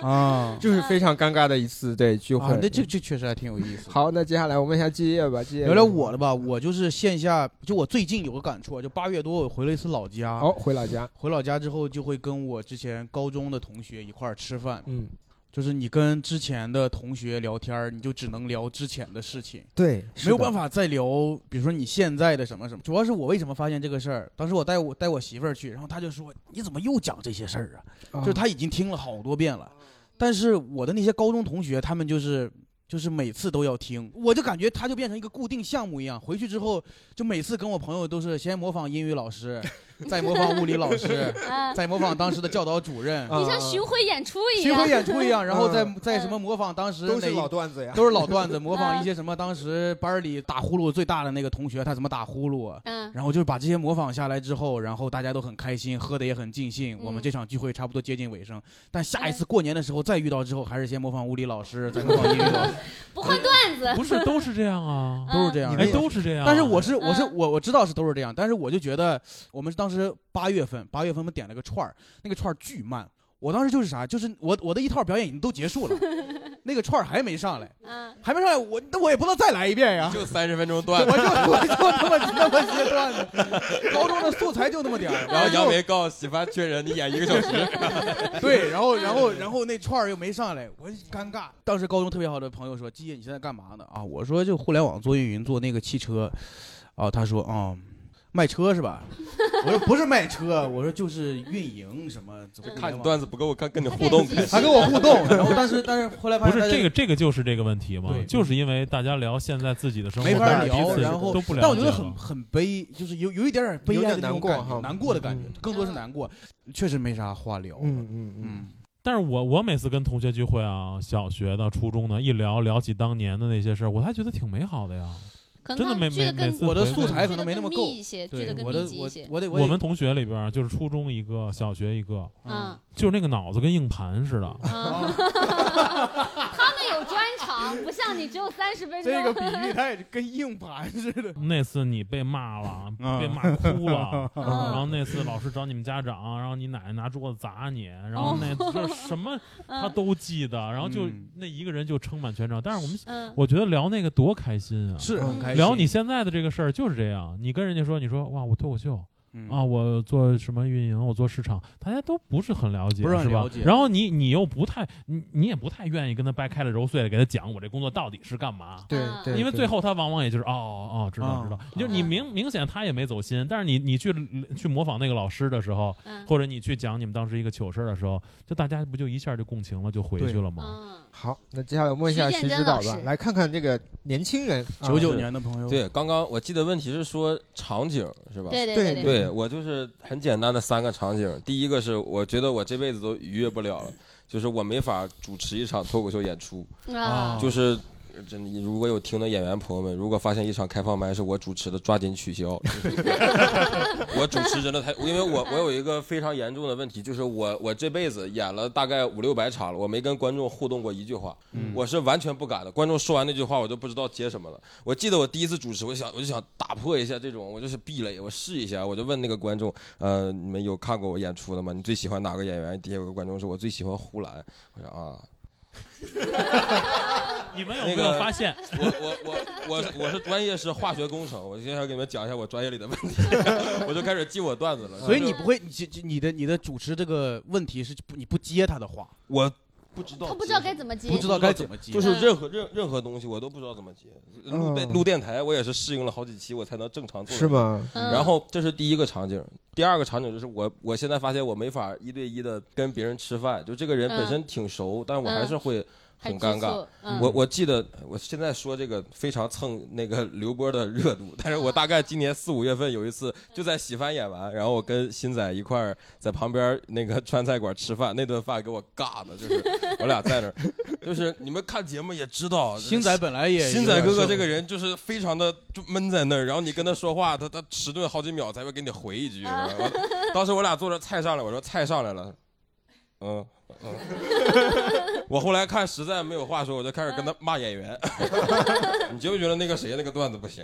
S7: 啊，
S6: 就是非常尴尬的一次对聚会。
S7: 啊那这这确实还挺有意思。
S6: 好，那接下来我问一下基业吧，基业
S7: 聊聊我的吧，我就是线下，就我最近有个感触啊，就八月多我回了一次老家。
S6: 哦，回老家，
S7: 回老家之后就会跟我之前高中的同学一块儿吃饭。
S6: 嗯，
S7: 就是你跟之前的同学聊天儿，你就只能聊之前的事情。
S6: 对，
S7: 没有办法再聊，比如说你现在的什么什么。主要是我为什么发现这个事儿？当时我带我带我媳妇儿去，然后她就说：“你怎么又讲这些事儿啊？”就是她已经听了好多遍了，
S2: 嗯
S7: 但是我的那些高中同学，他们就是就是每次都要听，我就感 觉她就变成一个固定项目一样。回去之后，就每次跟我朋友都是先模仿英语老师，在模仿物理老师
S2: 啊，
S7: 在模仿当时的教导主 任，
S2: 你像巡回演出一
S7: 呃巡
S2: 样，
S7: 回演出一样，然后再
S2: 嗯
S7: 再什么模仿当时
S6: 都是
S7: 哪一
S6: 老段子呀
S7: 都是老段子，模
S2: 嗯
S7: 仿一些什么当时班里打呼噜最大的那个同学他怎么打呼噜，啊
S2: 嗯
S7: 然后就是把这些模仿下来之后，然后大家都很开心，喝的也很尽兴，
S2: 嗯
S7: 我们这场聚会差不多接近尾声，但下一次过年的时候再遇到之后，还是先模仿物理老师，再模仿英语老师，
S2: 不换段子，嗯
S4: 不是都是这样啊，
S7: 都是这样，
S4: 哎，都是这样。
S7: 但是我是我是我我知道是都是这样，但是我就觉得我们当时八月份八月份我们点了个串儿，那个串儿巨慢。我当时就是啥，就是我我的一套表演已经都结束了，那个串儿还没上来，还没上来，我那我也不能再来一遍呀，
S5: 就三十分钟 段
S7: 我就我就那么那么些段子，高中的素材就那么点儿，
S5: 然后
S7: 就
S5: 杨梅告诉喜欢缺人，你演一个小时。
S7: 对，然后然后然后那串儿又没上来，我尴尬。当时高中特别好的朋友说：“基业，你现在干嘛呢？”啊，我说就互联网做运营，做那个汽车。啊，他说：“啊、卖车是吧？”我说：“不是卖车，我说就是运营什么。”
S2: 嗯
S5: 看你段子不够，看跟你互动。
S7: 他跟我互动，然后但是但是后来发
S4: 不是
S7: 现大家
S4: 这个这个就是这个问题嘛
S7: 对，嗯
S4: 就是因为大家聊现在自己的生活，
S7: 没
S4: 大家
S7: 法
S4: 彼
S7: 聊，
S4: 此
S7: 然后
S4: 都不了解了。
S7: 但我觉得很很悲，就是有有一点点悲
S6: 有
S7: 哀
S6: 点
S7: 的那种
S6: 难过
S7: 感觉，
S6: 哈
S7: 难过的感觉，更多是难过，确实没啥话聊。
S6: 嗯嗯
S7: 嗯，
S4: 但是我我每次跟同学聚会啊，小学的、初中的，一聊聊起当年的那些事儿，我还觉得挺美好的呀。
S2: 可能
S4: 真的
S2: 他
S4: 没
S2: 聚得
S4: 没
S2: 更
S4: 每次
S7: 我的
S4: 回
S7: 素材
S4: 顾
S7: 可能没那么
S2: 聚得
S7: 够
S2: 更密一些，聚
S4: 对
S2: 得更
S7: 我的
S2: 密集一
S7: 我
S2: 些。
S7: 我得
S4: 我们同学里边儿就是初中一个，小学一个，
S2: 嗯，
S4: 就是那个脑子跟硬盘似 的。
S7: 哦
S2: 他们有专场，不像你只有三十分钟。
S7: 太跟硬盘似的。
S4: 那次你被骂了，
S7: 嗯
S4: 被骂哭了，
S7: 嗯
S4: 然后那次老师找你们家长，然后你奶奶拿桌子砸你，然后那
S2: 哦
S4: 就是什么
S2: 嗯
S4: 他都记得，然后就
S7: 嗯
S4: 那一个人就撑满全场。但是我们
S2: 嗯
S4: 我觉得聊那个多开心啊，
S7: 是很开心
S4: 聊你现在的这个事儿就是这样，你跟人家说，你说哇，我脱口秀。
S7: 嗯
S4: 啊，我做什么运营，我做市场，大家都不是很了解，
S7: 不是很
S4: 是吧
S7: 了解
S4: 然后你你又不太，你你也不太愿意跟他掰开了揉碎了给他讲我这工作到底是干嘛。
S2: 嗯
S6: 对
S2: 啊
S6: 对
S4: 因为
S6: 对
S4: 最后他往往也就是哦哦哦，知道知道，就
S2: 嗯
S4: 你明明显他也没走心，但是你你去去模仿那个老师的时候，
S2: 嗯
S4: 或者你去讲你们当时一个糗事儿的时候，就大家不就一下就共情了，就回去了吗？
S2: 嗯
S6: 好，那接下来我问一下
S2: 徐
S6: 徐
S2: 建
S6: 指
S2: 真
S6: 导
S2: 老
S6: 吧
S2: 师，
S6: 来看看这个年轻人，啊
S7: 99年的朋友
S5: 对，刚刚我记得问题是说场景是吧？
S2: 对对对
S5: 对
S2: 对对
S5: 我就是很简单的三个场景。第一个是我觉得我这辈子都逾越不 了了，就是我没法主持一场脱口秀演出，
S2: 啊
S5: 就是。呃真的，如果有听的演员朋友们，如果发现一场开放麦是我主持的，抓紧取消。我主持真的太，因为我我有一个非常严重的问题，就是我我这辈子演了大概五六百场了，我没跟观众互动过一句话，
S7: 嗯
S5: 我是完全不敢的。观众说完那句话，我就不知道接什么了。我记得我第一次主持，我就想我就想打破一下这种，我就是壁垒，我试一下，我就问那个观众，呃，你们有看过我演出的吗？你最喜欢哪个演员？底下有个观众说，我最喜欢呼兰。我说啊，
S4: 你们有
S5: 那
S4: 没
S5: 个
S4: 有发现？
S5: 我我我我 我是专业是化学工程，我今天要给你们讲一下我专业里的问题， 我就开始记我段子了。
S7: 所以你
S5: 就
S7: 不会，你你你的你的主持这个问题是不你不接他的话，
S5: 我不知道
S2: 他不知道该怎么接，
S7: 不知道该怎么
S2: 嗯
S7: 接
S5: 就是任何任任何东西我都不知道怎么接。录电
S6: 嗯
S5: 录电台我也是适应了好几期，我才能正常做。
S6: 是吗嗯
S5: 然后这是第一个场景，第二个场景就是我我现在发现我没法一对一的跟别人吃饭，就这个人本身挺熟，但我还是会。很尴
S2: 嗯还吃
S5: 尬
S2: 醋，嗯
S5: 我我记得我现在说这个非常蹭那个刘波的热度，但是我大概今年四五月份有一次就在喜番演完，然后我跟新仔一块儿在旁边那个 川菜馆吃饭，那顿饭给我尬的，就是我俩在那儿， 就是你们看节目也知道，
S7: 星仔本来也
S5: 星仔哥哥这个人就是非常的就闷在那儿，然后你跟他说话，他他迟钝好几秒才会给你回一句。是吧我当时我俩坐着菜上来，我说菜上来了，嗯嗯。我后来看实在没有话说，我就开始跟他骂演员。 你觉不觉得那个谁那个段子不行？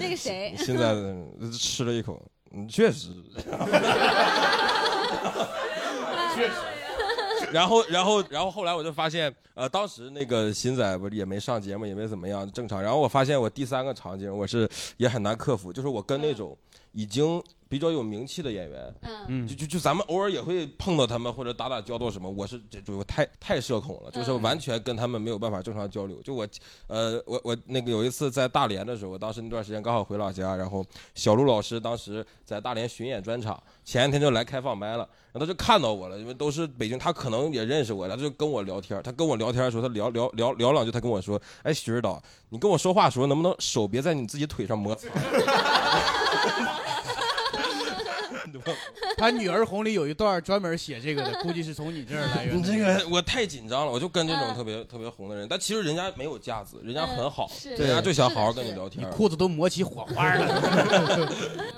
S2: 那个谁，
S5: 现在嗯吃了一口，嗯，确实。确实。 然后，然后，然后后来我就发现，呃，当时那个新仔不是也没上节目，也没怎么样，正常。然后我发现我第三个场景我是也很难克服，就是我跟那种已经比较有名气的演员，
S7: 嗯
S5: 就就就咱们偶尔也会碰到他们或者打打交道什么，我是这就太太社恐了，就是完全跟他们没有办法正常交流。就我，呃，我我那个有一次在大连的时候，我当时那段时间刚好回老家，然后小陆老师当时在大连巡演专场，前一天就来开放麦了，然后他就看到我了，因为都是北京，他可能也认识我，然后就跟我聊天。他跟我聊天的时候，他聊聊聊聊两句，他跟我说：“哎，徐指导，你跟我说话的时候能不能手别在你自己腿上摩擦？”
S7: 他女儿红里有一段专门写这个 的，估计是哎从你这儿来源
S5: 你
S7: 的。
S5: 这个我太紧张了，我就跟这种
S7: 嗯
S5: 特别特别红的人，但其实人家没有架子，人家很好
S7: 嗯，是
S5: 人家就想好好跟你
S7: 是的
S5: 聊天。
S7: 你裤子都磨起火花 了。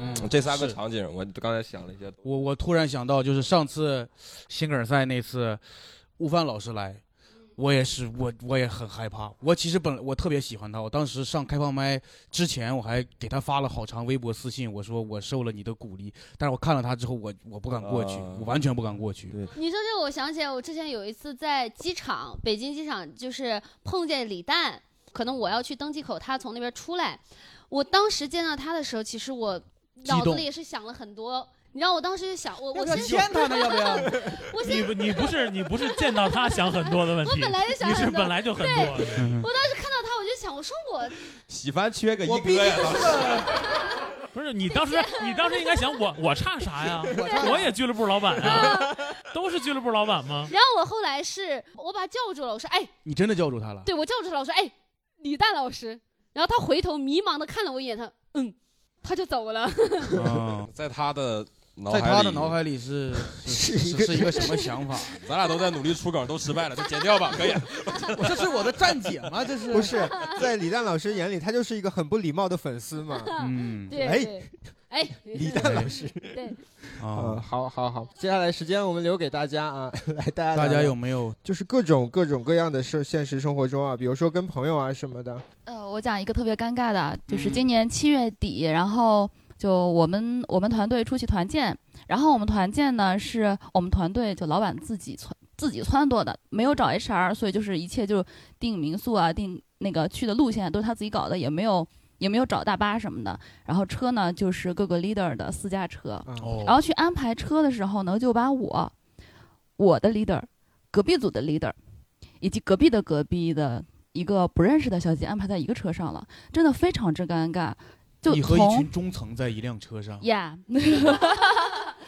S7: 嗯
S5: 这三个场景，我刚才想了一下，
S7: 我我突然想到，就是上次新梗赛那次，悟饭老师来，我也是我我也很害怕。我其实本来我特别喜欢他，我当时上开放麦之前，我还给他发了好长微博私信，我说我受了你的鼓励，但是我看了他之后，我我不敢过去，
S5: 啊
S7: 我完全不敢过去。对
S2: 你说这个，我想起来，我之前有一次在机场，北京机场，就是碰见李诞，可能我要去登机口，他从那边出来，我当时见到他的时候，其实我脑子
S4: 动
S2: 里也是想了很多。你知道我当时就想，我我
S4: 要
S2: 先
S4: 不要牵他呢 要不要
S2: 我
S4: 你
S2: 先
S4: 不你不是你不是见到他想很多的问题，
S2: 我本来就想
S4: 你是
S2: 很多
S4: 本来就很
S2: 对
S4: 多的。
S2: 我当时看到他，我就想，我说我
S19: 喜欢缺个一
S4: 我
S19: 哥
S4: 毕
S19: 呀
S4: 竟，
S19: 当
S4: 是
S19: 时
S4: 不是你 当时，你当时应该想我我差啥呀？
S2: 我差啥
S4: 我也俱乐部老板 啊，
S7: 嗯
S4: 都是俱乐部老板吗？
S2: 然后我后来是我把他叫住了，我说哎，
S7: 你真的叫住他了？
S2: 对我叫住他，我说哎，李诞老师。然后他回头迷茫的看了我一眼，他嗯，他就走了。
S5: 在他的脑海
S7: 啊在
S5: 里，
S7: 他的脑海里 是是是是一个什么想法？
S5: 咱俩都在努力出梗，都失败了，就剪掉吧，可以。
S7: 这是 我的站姐 吗？这是
S6: 不是在李诞老师眼里，他就是一个很不礼貌的粉 丝嘛？
S7: 嗯
S2: 对，
S6: 哎，
S2: 对哎，
S6: 李诞老师，
S2: 对，
S6: 啊，好好好，接下来时间我们留给大家啊， 来大家
S7: 大
S6: 聊
S7: 家
S6: 聊
S7: 有没有
S6: 就是各种各种各样的事，现实生活中啊，比如说跟朋友啊什么的，
S15: 呃，我讲一个特别尴尬的，就是今
S6: 嗯
S15: 年七月底，然后就我们我们团队出去团建，然后我们团建呢是我们团队就老板自己撺自己撺掇的，没有找 HR，所以就是一切就定民宿啊，定那个去的路线啊都是他自己搞的，也没有也没有找大巴什么的，然后车呢就是各个 leader 的私家车，
S7: 哦
S15: 然后去安排车的时候呢，就把我我的 leader、隔壁组的 leader 以及隔壁的隔壁的一个不认识的小姐安排在一个车上了，真的非常之尴尬。就
S7: 你和一
S15: 从
S7: 群中层在一辆车上？
S15: 呀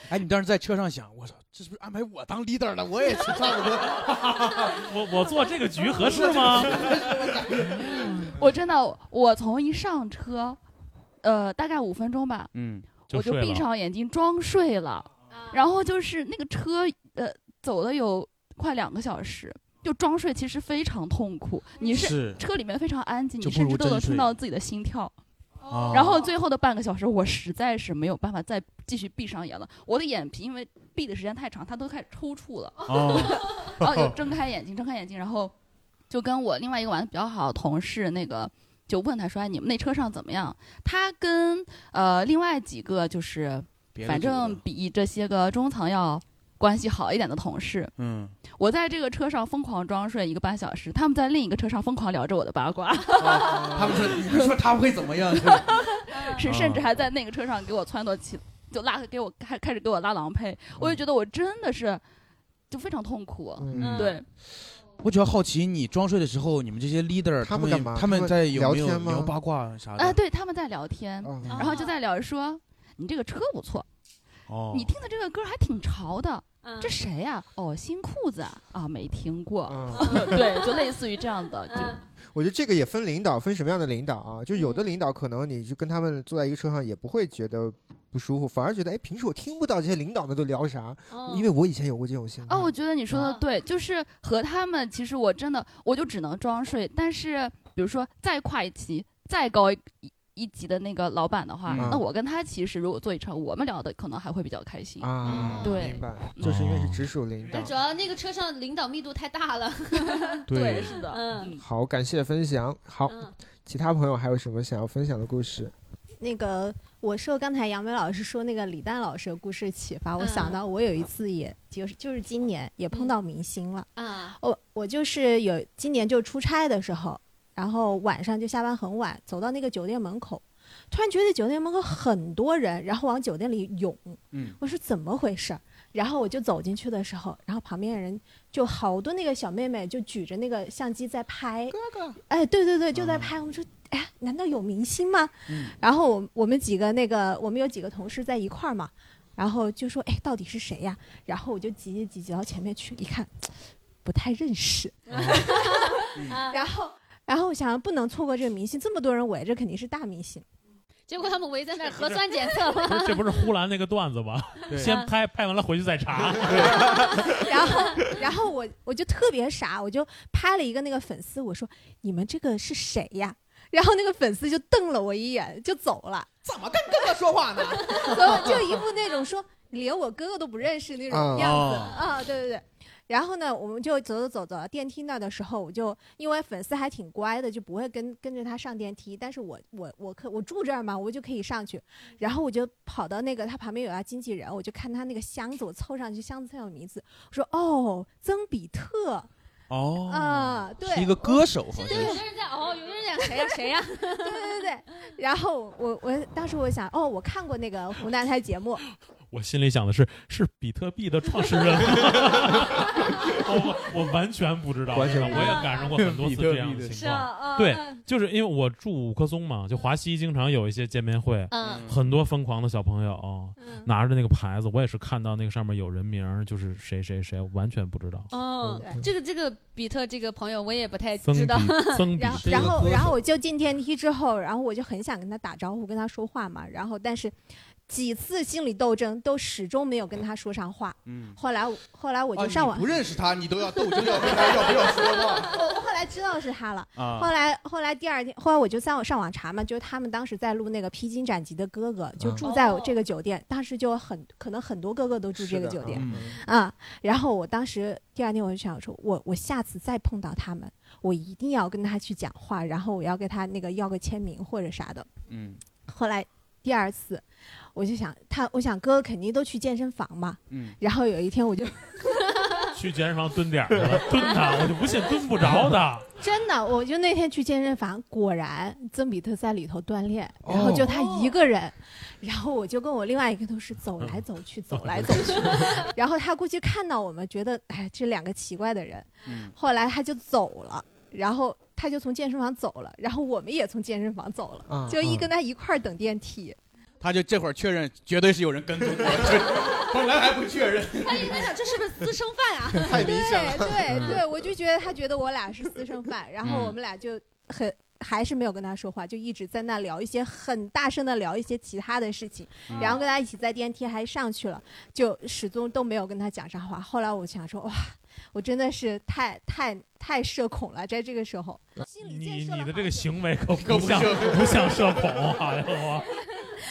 S7: 哎，你当时在车上想，我操，这是不是安排我当 leader 了？ 我也是差不多。
S4: 我我做这个局合适 吗？
S15: 我真的，我从一上车，呃，大概五分钟吧，
S7: 嗯，
S15: 我就闭上眼睛装睡了，然后就是那个车呃走了有快两个小时。就装睡其实非常痛苦，你
S7: 是
S15: 车里面非常安静，
S7: 就
S15: 你
S7: 不
S15: 甚
S7: 如
S15: 至都能
S7: 真睡
S15: 听到自己的心跳。
S7: 啊
S15: 然后最后的半个小时，我实在是没有办法再继续闭上眼了。我的眼皮因为闭的时间太长，它都开始抽搐了。
S4: 哦
S15: 然后就睁开眼睛，睁开眼睛，然后就跟我另外一个玩的比较好的同事那个。就问他说：“哎，你们那车上怎么样？”他跟呃另外几个就是
S7: 别，的
S15: 反正比这些个中层要关系好一点的同事，
S7: 嗯，
S15: 我在这个车上疯狂装睡一个半小时，他们在另一个车上疯狂聊着我的八卦。
S7: 他们说你们说他会怎么样？
S15: 是甚
S7: 哦
S15: 至还在那个车上给我撺掇起，就拉给我开开始给我拉郎配，我就觉得我真的是就非常痛苦，
S7: 嗯
S15: 对，
S7: 我主要好奇，你装睡的时候，你们这些 leader
S6: 他们
S7: 们
S6: 干嘛
S7: 他
S6: 他们
S7: 在有没有
S6: 聊天吗
S7: 聊八卦啥
S15: 啊
S7: 的？
S15: 对，他们在聊天，然后就在聊说你这个车不错，
S7: 哦
S15: 你听的这个歌还挺潮的。
S7: 嗯
S15: 这谁呀、哦，新裤子啊，啊没听过。
S6: 嗯
S7: 嗯
S15: 对，就类似于这样的，就
S6: 我觉得这个也分领导，分什么样的领导啊？就有的
S2: 嗯
S6: 领导可能你就跟他们坐在一个车上，也不会觉得不舒服，反而觉得哎，平时我听不到这些领导们都聊啥，
S2: 哦
S6: 因为我以前有过这种心态。
S15: 哦，我觉得你说的对，就是和他们，其实我真的我就只能装睡。但是比如说再跨一级、再高一一级的那个老板的话，
S6: 嗯
S15: 那我跟他其实如果坐一车，我们聊的可能还会比较开心。
S6: 啊，
S15: 对
S6: 明白，就是因为是直属领导
S2: 主。要哦那个车上领导密度太大了。
S6: 对
S15: 是的，
S2: 嗯，
S6: 好，感谢分享。好，其他朋友还有什么想要分享的故事？
S11: 那个，我受刚才杨梅老师说那个李诞老师的故事启发，我
S2: 嗯
S11: 想到我有一次也就是就是今年也碰到明星了。
S2: 啊，
S11: 我我就是有今年就出差的时候，然后晚上就下班很晚，走到那个酒店门口，突然觉得酒店门口很多人，然后往酒店里涌。
S7: 嗯
S11: 我说怎么回事儿？然后我就走进去的时候，然后旁边人就好多那个小妹妹就举着那个相机在拍，哥哥，哎，对对对，就在拍。我们说，哎，难道有明星吗？
S7: 嗯
S11: 然后我我们几个那个我们有几个同事在一块儿嘛，然后就说，哎，到底是谁呀？然后我就挤挤挤挤到前面去，一看，不太认识。
S2: 嗯啊
S11: 然后然后我想不能错过这个明星，这么多人围着，肯定是大明星。
S2: 结果他们围在那儿核酸检测
S4: 不是这不是呼兰那个段子吗？
S7: 对
S4: 先拍拍完了回去再查。
S11: 然后，然后我我就特别傻，我就拍了一个那个粉丝，我说你们这个是谁呀？然后那个粉丝就瞪了我一眼，就走了。
S12: 怎
S7: 啊
S12: 么跟哥哥说话呢？
S11: 所以就一副那种说你连我哥哥都不认识那种样子啊、对对对。然后呢，我们就走走走走到电梯那儿的时候，我就因为粉丝还挺乖的，就不会跟跟着他上电梯。但是我我我可我住这儿嘛，我就可以上
S2: 嗯
S11: 去。然后我就跑到那个他旁边有他经纪人，我就看他那个箱子，我凑上去，箱子上有名字，我说哦，曾 比特。
S7: 哦，
S11: 啊对
S7: 是一个歌手，好像
S11: 对
S7: 是。
S2: 人在哦，有的人在谁呀谁呀？
S11: 对对对。然后我我当时我想，哦，我看过那个湖南台节目，
S4: 我心里想的是，是比特币的创始人 吗。 哦我我完全不知道，
S7: 完全
S4: 我
S7: 不知道
S4: 也赶上过很多次这样的
S7: 比特币的是
S4: 情
S7: 啊
S4: 况。
S7: 嗯
S4: 对
S7: 嗯，
S4: 就是因为我住五棵松嘛，就华西经常有一些见面会，
S7: 嗯
S4: 很多疯狂的小朋友拿着那个牌子，我也是看到那个上面有人名儿，就是谁谁谁，完全不知道。
S2: 哦，
S9: 嗯
S2: 这个这个比特这个朋友我也不太
S4: 曾
S2: 知道
S4: 比。曾 比
S11: 然后
S4: 是一
S11: 然
S4: 个
S11: 后
S4: 歌
S11: 然
S4: 手
S11: 后我就进电梯之后，然后我就很想跟他打招呼，跟他说话嘛。然后但是几次心理斗争都始终没有跟他说上话。
S7: 嗯
S11: 后来我后来我
S12: 啊
S11: 就
S12: 你
S11: 上网，
S12: 不认识他，你都要斗争，要跟他要不要说话？
S11: 我我后来知道是他了。
S12: 啊
S11: 后来后来第二天，后来我就上上网查嘛，就是他们当时在录那个《披荆斩棘的哥哥》，就
S12: 嗯
S11: 住在
S4: 哦
S11: 我这个酒店。当时就很可能很多哥哥都住这个
S12: 是的
S11: 酒店
S12: 嗯
S11: 啊、然后我当时第二天我就想说，我我下次再碰到他们，我一定要跟他去讲话，然后我要跟他那个要个签名或者啥的。
S12: 嗯
S11: 后来第二次，我就想他，我想哥哥肯定都去健身房嘛。
S4: 嗯
S11: 然后有一天我就。
S4: 去健身房蹲点儿去了，蹲他，我就不信蹲不着的。
S11: 真的，我就那天去健身房，果然曾比特在里头锻炼，
S4: 哦
S11: 然后就他一个人，然后我就跟我另外一个同事走来走去，走来走去，然后他估计看到我们，觉得哎这两个奇怪的人，
S12: 嗯
S11: 后来他就走了，然后他就从健身房走了，然后我们也从健身房走了，
S7: 啊
S11: 就一跟他一块儿等电梯，
S7: 他就这会儿确认，绝对是有人跟踪我， 本来还不确认。
S11: 他一直在想这是不是私生饭啊？
S7: 太明显了
S11: 对对
S7: 嗯
S11: 对，我就觉得他觉得我俩是私生饭，然后我们俩就很。还是没有跟他说话，就一直在那聊一些很大声的聊一些其他的事情，
S12: 嗯
S11: 然后跟他一起在电梯还上去了，就始终都没有跟他讲上话。后来我想说，哇，我真的是太太太社恐了，在这个时候，
S4: 你你的这个行为可
S7: 可
S4: 不
S7: 不
S4: 像
S7: 像
S4: 不像社恐，好像我。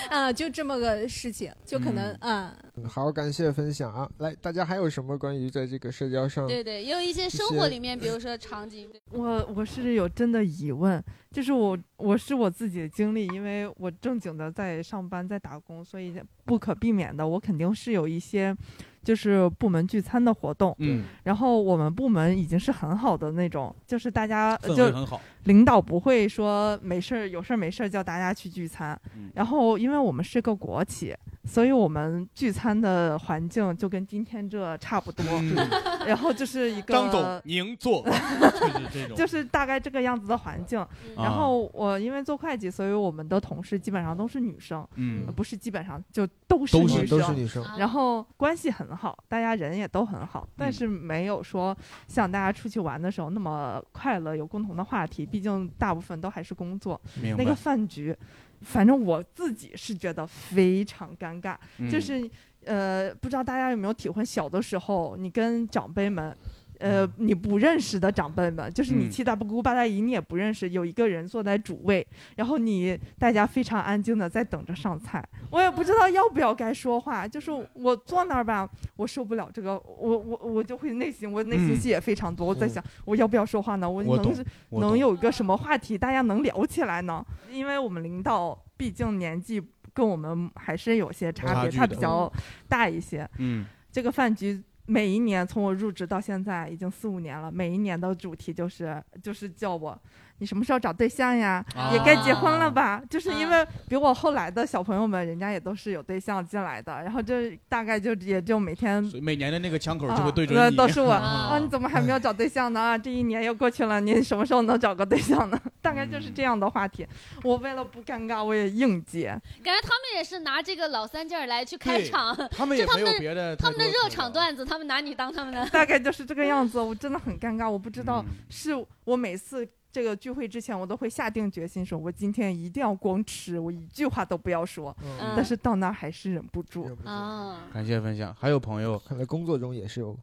S11: 啊、就这么个事情，就可能，嗯，
S6: 嗯好，感谢分享啊！来，大家还有什么关于在这个社交上？
S2: 对对，也有一些生活里面，比如说场景。
S9: 我我是有真的疑问，就是我我是我自己的经历，因为我正经的在上班，在打工，所以不可避免的，我肯定是有一些就是部门聚餐的活动。
S12: 嗯，
S9: 然后我们部门已经是很好的那种，就是大家
S12: 氛围
S9: 就
S12: 很好
S9: 领导不会说没事儿有事儿没事儿叫大家去聚餐。
S12: 嗯
S9: 然后因为我们是个国企，所以我们聚餐的环境就跟今天这 差不多。 然后就是一个
S12: 张总，您坐， 就是这种，啊
S9: 就是大概这个样子的环境。然后我因为做会计，所以我们的同事基本上都是女生，
S12: 嗯
S9: 呃不是基本上就都是
S6: 都
S9: 女
S6: 是
S9: 生，
S6: 都是女生啊
S9: 然后关系很好，大家人也都很好，但是
S12: 嗯
S9: 没有说像大家出去玩的时候那么快乐，有共同的话题。毕竟大部分都还是工作
S12: 明，白
S9: 那个饭局，反正我自己是觉得非常尴尬，
S12: 嗯
S9: 就是。呃，不知道大家有没有体会，小的时候你跟长辈们，呃，你不认识的长辈们，就是你
S12: 嗯
S9: 七大姑姑八大姨你也不认识，有一个人坐在主位，然后你大家非常安静的在等着上菜，我也不知道要不要该说话，就是我坐那儿吧，我受不了这个，我我我就会内心我内
S12: 嗯
S9: 心戏也非常多，我在想我要不要说话呢？我
S12: 我
S9: 能
S12: 懂
S9: 是
S12: 我
S9: 能
S12: 懂
S9: 有一个什么话题大家能聊起来呢？因为我们领导毕竟年纪跟我们还是有些差
S12: 差
S9: 别，
S12: 距
S9: 他
S12: 的
S9: 比较大一些，
S12: 嗯
S9: 这个饭局每一年从我入职到现在已经四五年了，每一年的主题就是就是叫我你什么时候找对象呀？
S12: 啊
S9: 也该结婚了吧？就是因为比我后来的小朋友们，人家也都是有对象进来的，然后就大概就也就每天。
S7: 每年的那个枪口就
S9: 啊
S7: 会对，准
S9: 那
S7: 你，
S9: 都 是我 啊！你怎么还没有找对象呢？啊，这一年又过去了，你什么时候能找个对象呢？ 大概就是这样的话题。我为了不尴尬，我也硬接。
S2: 感觉他们也是拿这个老三件儿来去开
S9: 对
S2: 场，
S9: 他们也
S2: 就他
S9: 没
S2: 们
S9: 有
S2: 的
S9: 别的
S2: 他们的
S9: 太多
S2: 热场段子， 他们拿你当他们的。
S9: 大概就是这个样子，我真的很尴尬，我不知道是我每次这个聚会之前，我都会下定决心说，我今天一定要光吃，我一句话都不要说。
S6: 嗯
S9: 但是到那儿还是忍不住。
S10: 嗯
S2: 啊，
S7: 感谢分享。还有朋友，
S6: 看来工作中也是有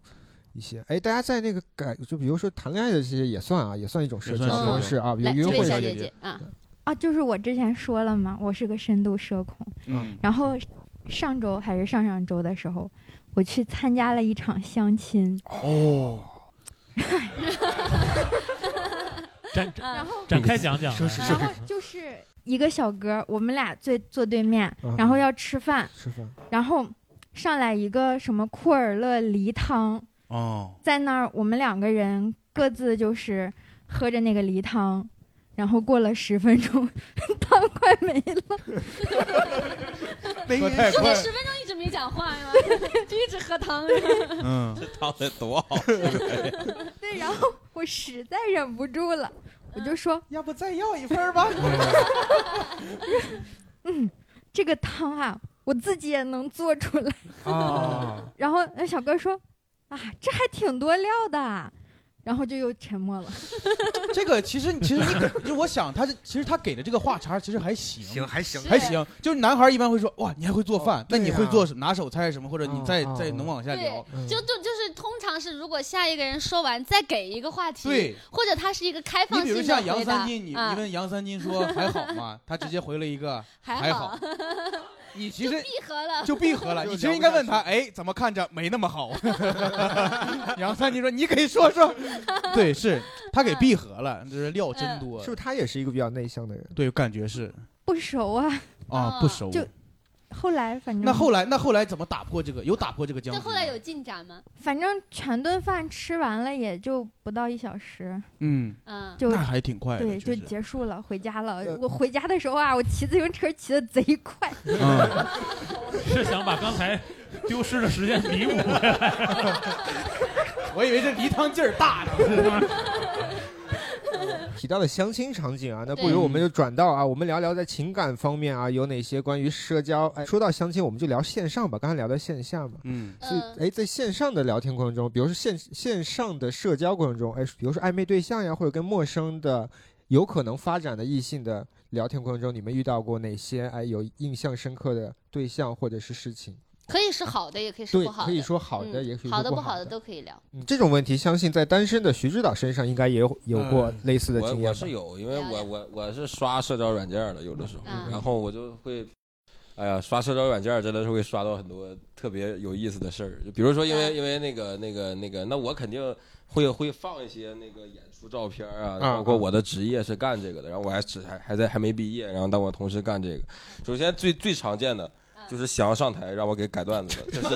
S6: 一些。哎，大家在那个感，就比如说谈恋爱的这些也算啊，也算一种社交
S7: 也算是
S6: 方式啊，比如
S7: 来
S6: 约
S7: 这位
S6: 会
S7: 小
S6: 上
S7: 姐
S6: 也
S7: 姐
S2: 啊
S8: 啊，就是我之前说了嘛，我是个深度社恐。
S7: 嗯
S8: 然后上周还是上上周的时候，我去参加了一场相亲。
S7: 哦，
S4: 展
S7: 嗯
S8: 然后
S4: 展开讲讲，
S8: 说是然后 就是一个小哥，我们俩坐坐对面
S7: 啊
S4: 嗯，
S8: 然后要吃饭，
S6: 吃饭
S8: 然后上来一个什么库尔勒梨汤，
S7: 哦，
S8: 在那儿我们两个人各自就是喝着那个梨汤，然后过了十分钟，汤快没了。
S7: 喝太
S2: 说
S7: 快
S2: 你，十分钟一直没讲话 是吗？ 就一直喝汤。
S7: 嗯，
S5: 这汤得多好，
S8: 对，然 后我实在忍不住了，我就说，
S12: 嗯要不再要一份儿吧？
S8: 嗯，这个汤啊，我自己也能做出来。
S6: 啊，
S8: 然后那小哥说，啊，这还挺多料的啊，然后就又沉默 了。
S7: 这个其实其实你给，就我想他是其实他给的这个话茬其实还行，
S6: 行还行哦
S7: 还行。就是男孩一般会说哇，你还会做饭，那
S6: 对
S7: 你
S6: 呀
S7: 会做什拿手菜什么，或者你再
S6: 哦
S7: 再能往下聊。
S6: 嗯
S2: 对，就就就是通常是，如果下一个人说完，再给一个话题，
S7: 对
S2: 或者他是一个开
S7: 你
S2: 放
S7: 比
S2: 性
S7: 如
S2: 的
S7: 像杨
S2: 回答
S7: 三金，你你
S2: 啊
S7: 问杨三金 说还好吗？他直接回了一个还
S2: 好，
S7: 你其实
S2: 闭合了，
S7: 就闭合了。你其实应该问他，哎，怎么看着没那么好？ 杨三金说：“你给说 说。”对，是他给闭合了，就是料真多。
S6: 是不是他也是一个比较内向的人？
S7: 对，感觉是
S8: 不熟啊，
S7: 啊，
S2: 嗯
S7: 不熟。
S8: 就后来反正
S7: 那后来，那后来怎么打破这个？有打破这个僵
S2: 就
S7: 局？
S2: 后来有进展吗？
S8: 反正全顿饭吃完了也就不到一小时，
S7: 嗯，
S2: 嗯
S8: 就
S7: 那还挺快的
S8: 对，
S7: 确
S8: 就
S7: 实 呃
S8: 结束了，回家了。我回家的时候啊，我骑自行车骑的贼快，
S7: 嗯
S4: 是想把刚 才丢失的时间弥补回来。
S7: 我以为这梨汤劲儿大 呢。
S6: 提到了相亲场景啊，那不
S7: 对
S6: 如我们就转到啊，我们聊聊在情感方面啊，有哪些关于社交？哎，说到相亲，我们就聊线上吧，刚才聊到线下嘛，
S7: 嗯，
S6: 所以哎，在线上的聊天过程中，比如说线线上的社交过程中，哎，比如说暧昧对象呀，或者跟陌生的有可能发展的异性的聊天过程中，你们遇到过哪些哎有印象深刻的对象或者是事情？
S2: 可以是好的，也可以是
S6: 对
S2: 不好的，
S6: 可以说好的
S2: 嗯
S6: 也可以说
S2: 好的
S6: 不
S2: 不
S6: 好
S2: 的
S6: 的
S2: 都可以聊。
S6: 嗯，这种问题，相信在单身的徐指导身上应该也有有过类似的
S5: 嗯我
S6: 经验吧。
S5: 我是有，因为我我我是刷社交软件儿的，有的时候，
S2: 嗯
S5: 然后我就会，哎呀，刷社交软件儿真的是会刷到很多特别有意思的事儿，就比如说因为因为那个那个那个，那我肯定会会放一些那个演出照片儿啊，
S6: 啊
S5: 包括我的职业是干这个的，然后我还只还还在还没毕业，然后但我同时干这个，首先最最常见的就是想要上台让我给改段子的，这是。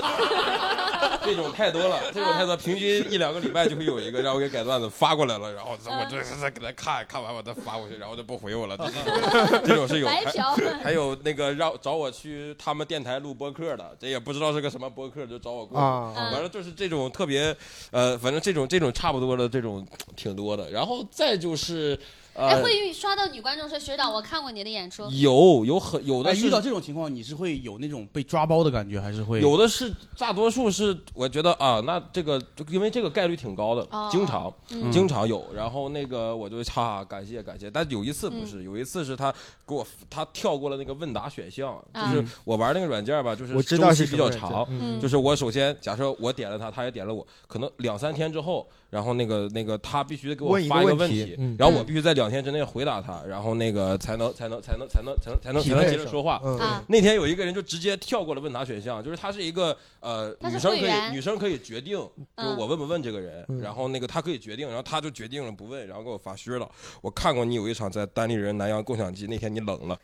S5: 这种太多了，这种太多，平均一两个礼拜就会有一个让我给改段子发过来了，然后我
S2: 嗯
S5: 这是再给他看看完我再发过去，然后就不回我了，
S7: 嗯
S5: 这种这种是有，
S2: 白嫖
S5: 还还有那个让找我去他们电台录播客的，这也不知道是个什么播客，就找我过来，
S6: 啊
S5: 反正就是这种特别，呃，反正这种这种差不多的这种挺多的，然后再就是，
S2: 哎，
S5: 呃，
S2: 会遇刷到女观众说学长，我看过你的演出，
S5: 有有很有的
S7: 哎
S5: 是
S7: 遇到这种情况，你是会有那种被抓包的感觉，还是会
S5: 有的是，大多数是我觉得啊，那这个就因为这个概率挺高的，
S7: 哦
S5: 经常、
S7: 嗯
S5: 经常有。然后那个我就哈、哈，感谢感谢，但有一次不
S7: 嗯
S5: 是，有一次是他给我他跳过了那个问答选项，
S7: 嗯
S6: 啊
S5: 就是我玩那个软件吧，就是
S6: 我知道
S5: 周期
S6: 是什
S5: 比较
S6: 么软件
S5: 长，
S6: 嗯
S5: 就是我首先假设我点了他，他也点了我，可能两三天之后，然后那个那个他必须得给我
S6: 问一个
S5: 发一个
S6: 问
S5: 问
S6: 题
S5: 题，
S6: 嗯
S5: 然后我必须在两天之内回答他，然后那个才能才能才能才能才能才能才能接着说话。
S6: 嗯啊
S5: 那天有一个人就直接跳过了问答选项，就是他是一个呃
S6: 他是
S5: 女生可以
S6: 会员
S5: 女生可以决定，就
S6: 嗯
S5: 是我问不问这个人，然后那个他可以决定，然后他就决定了不问，然后给我发虚了。我看过你有一场在单立人南阳共享机那天你冷 了。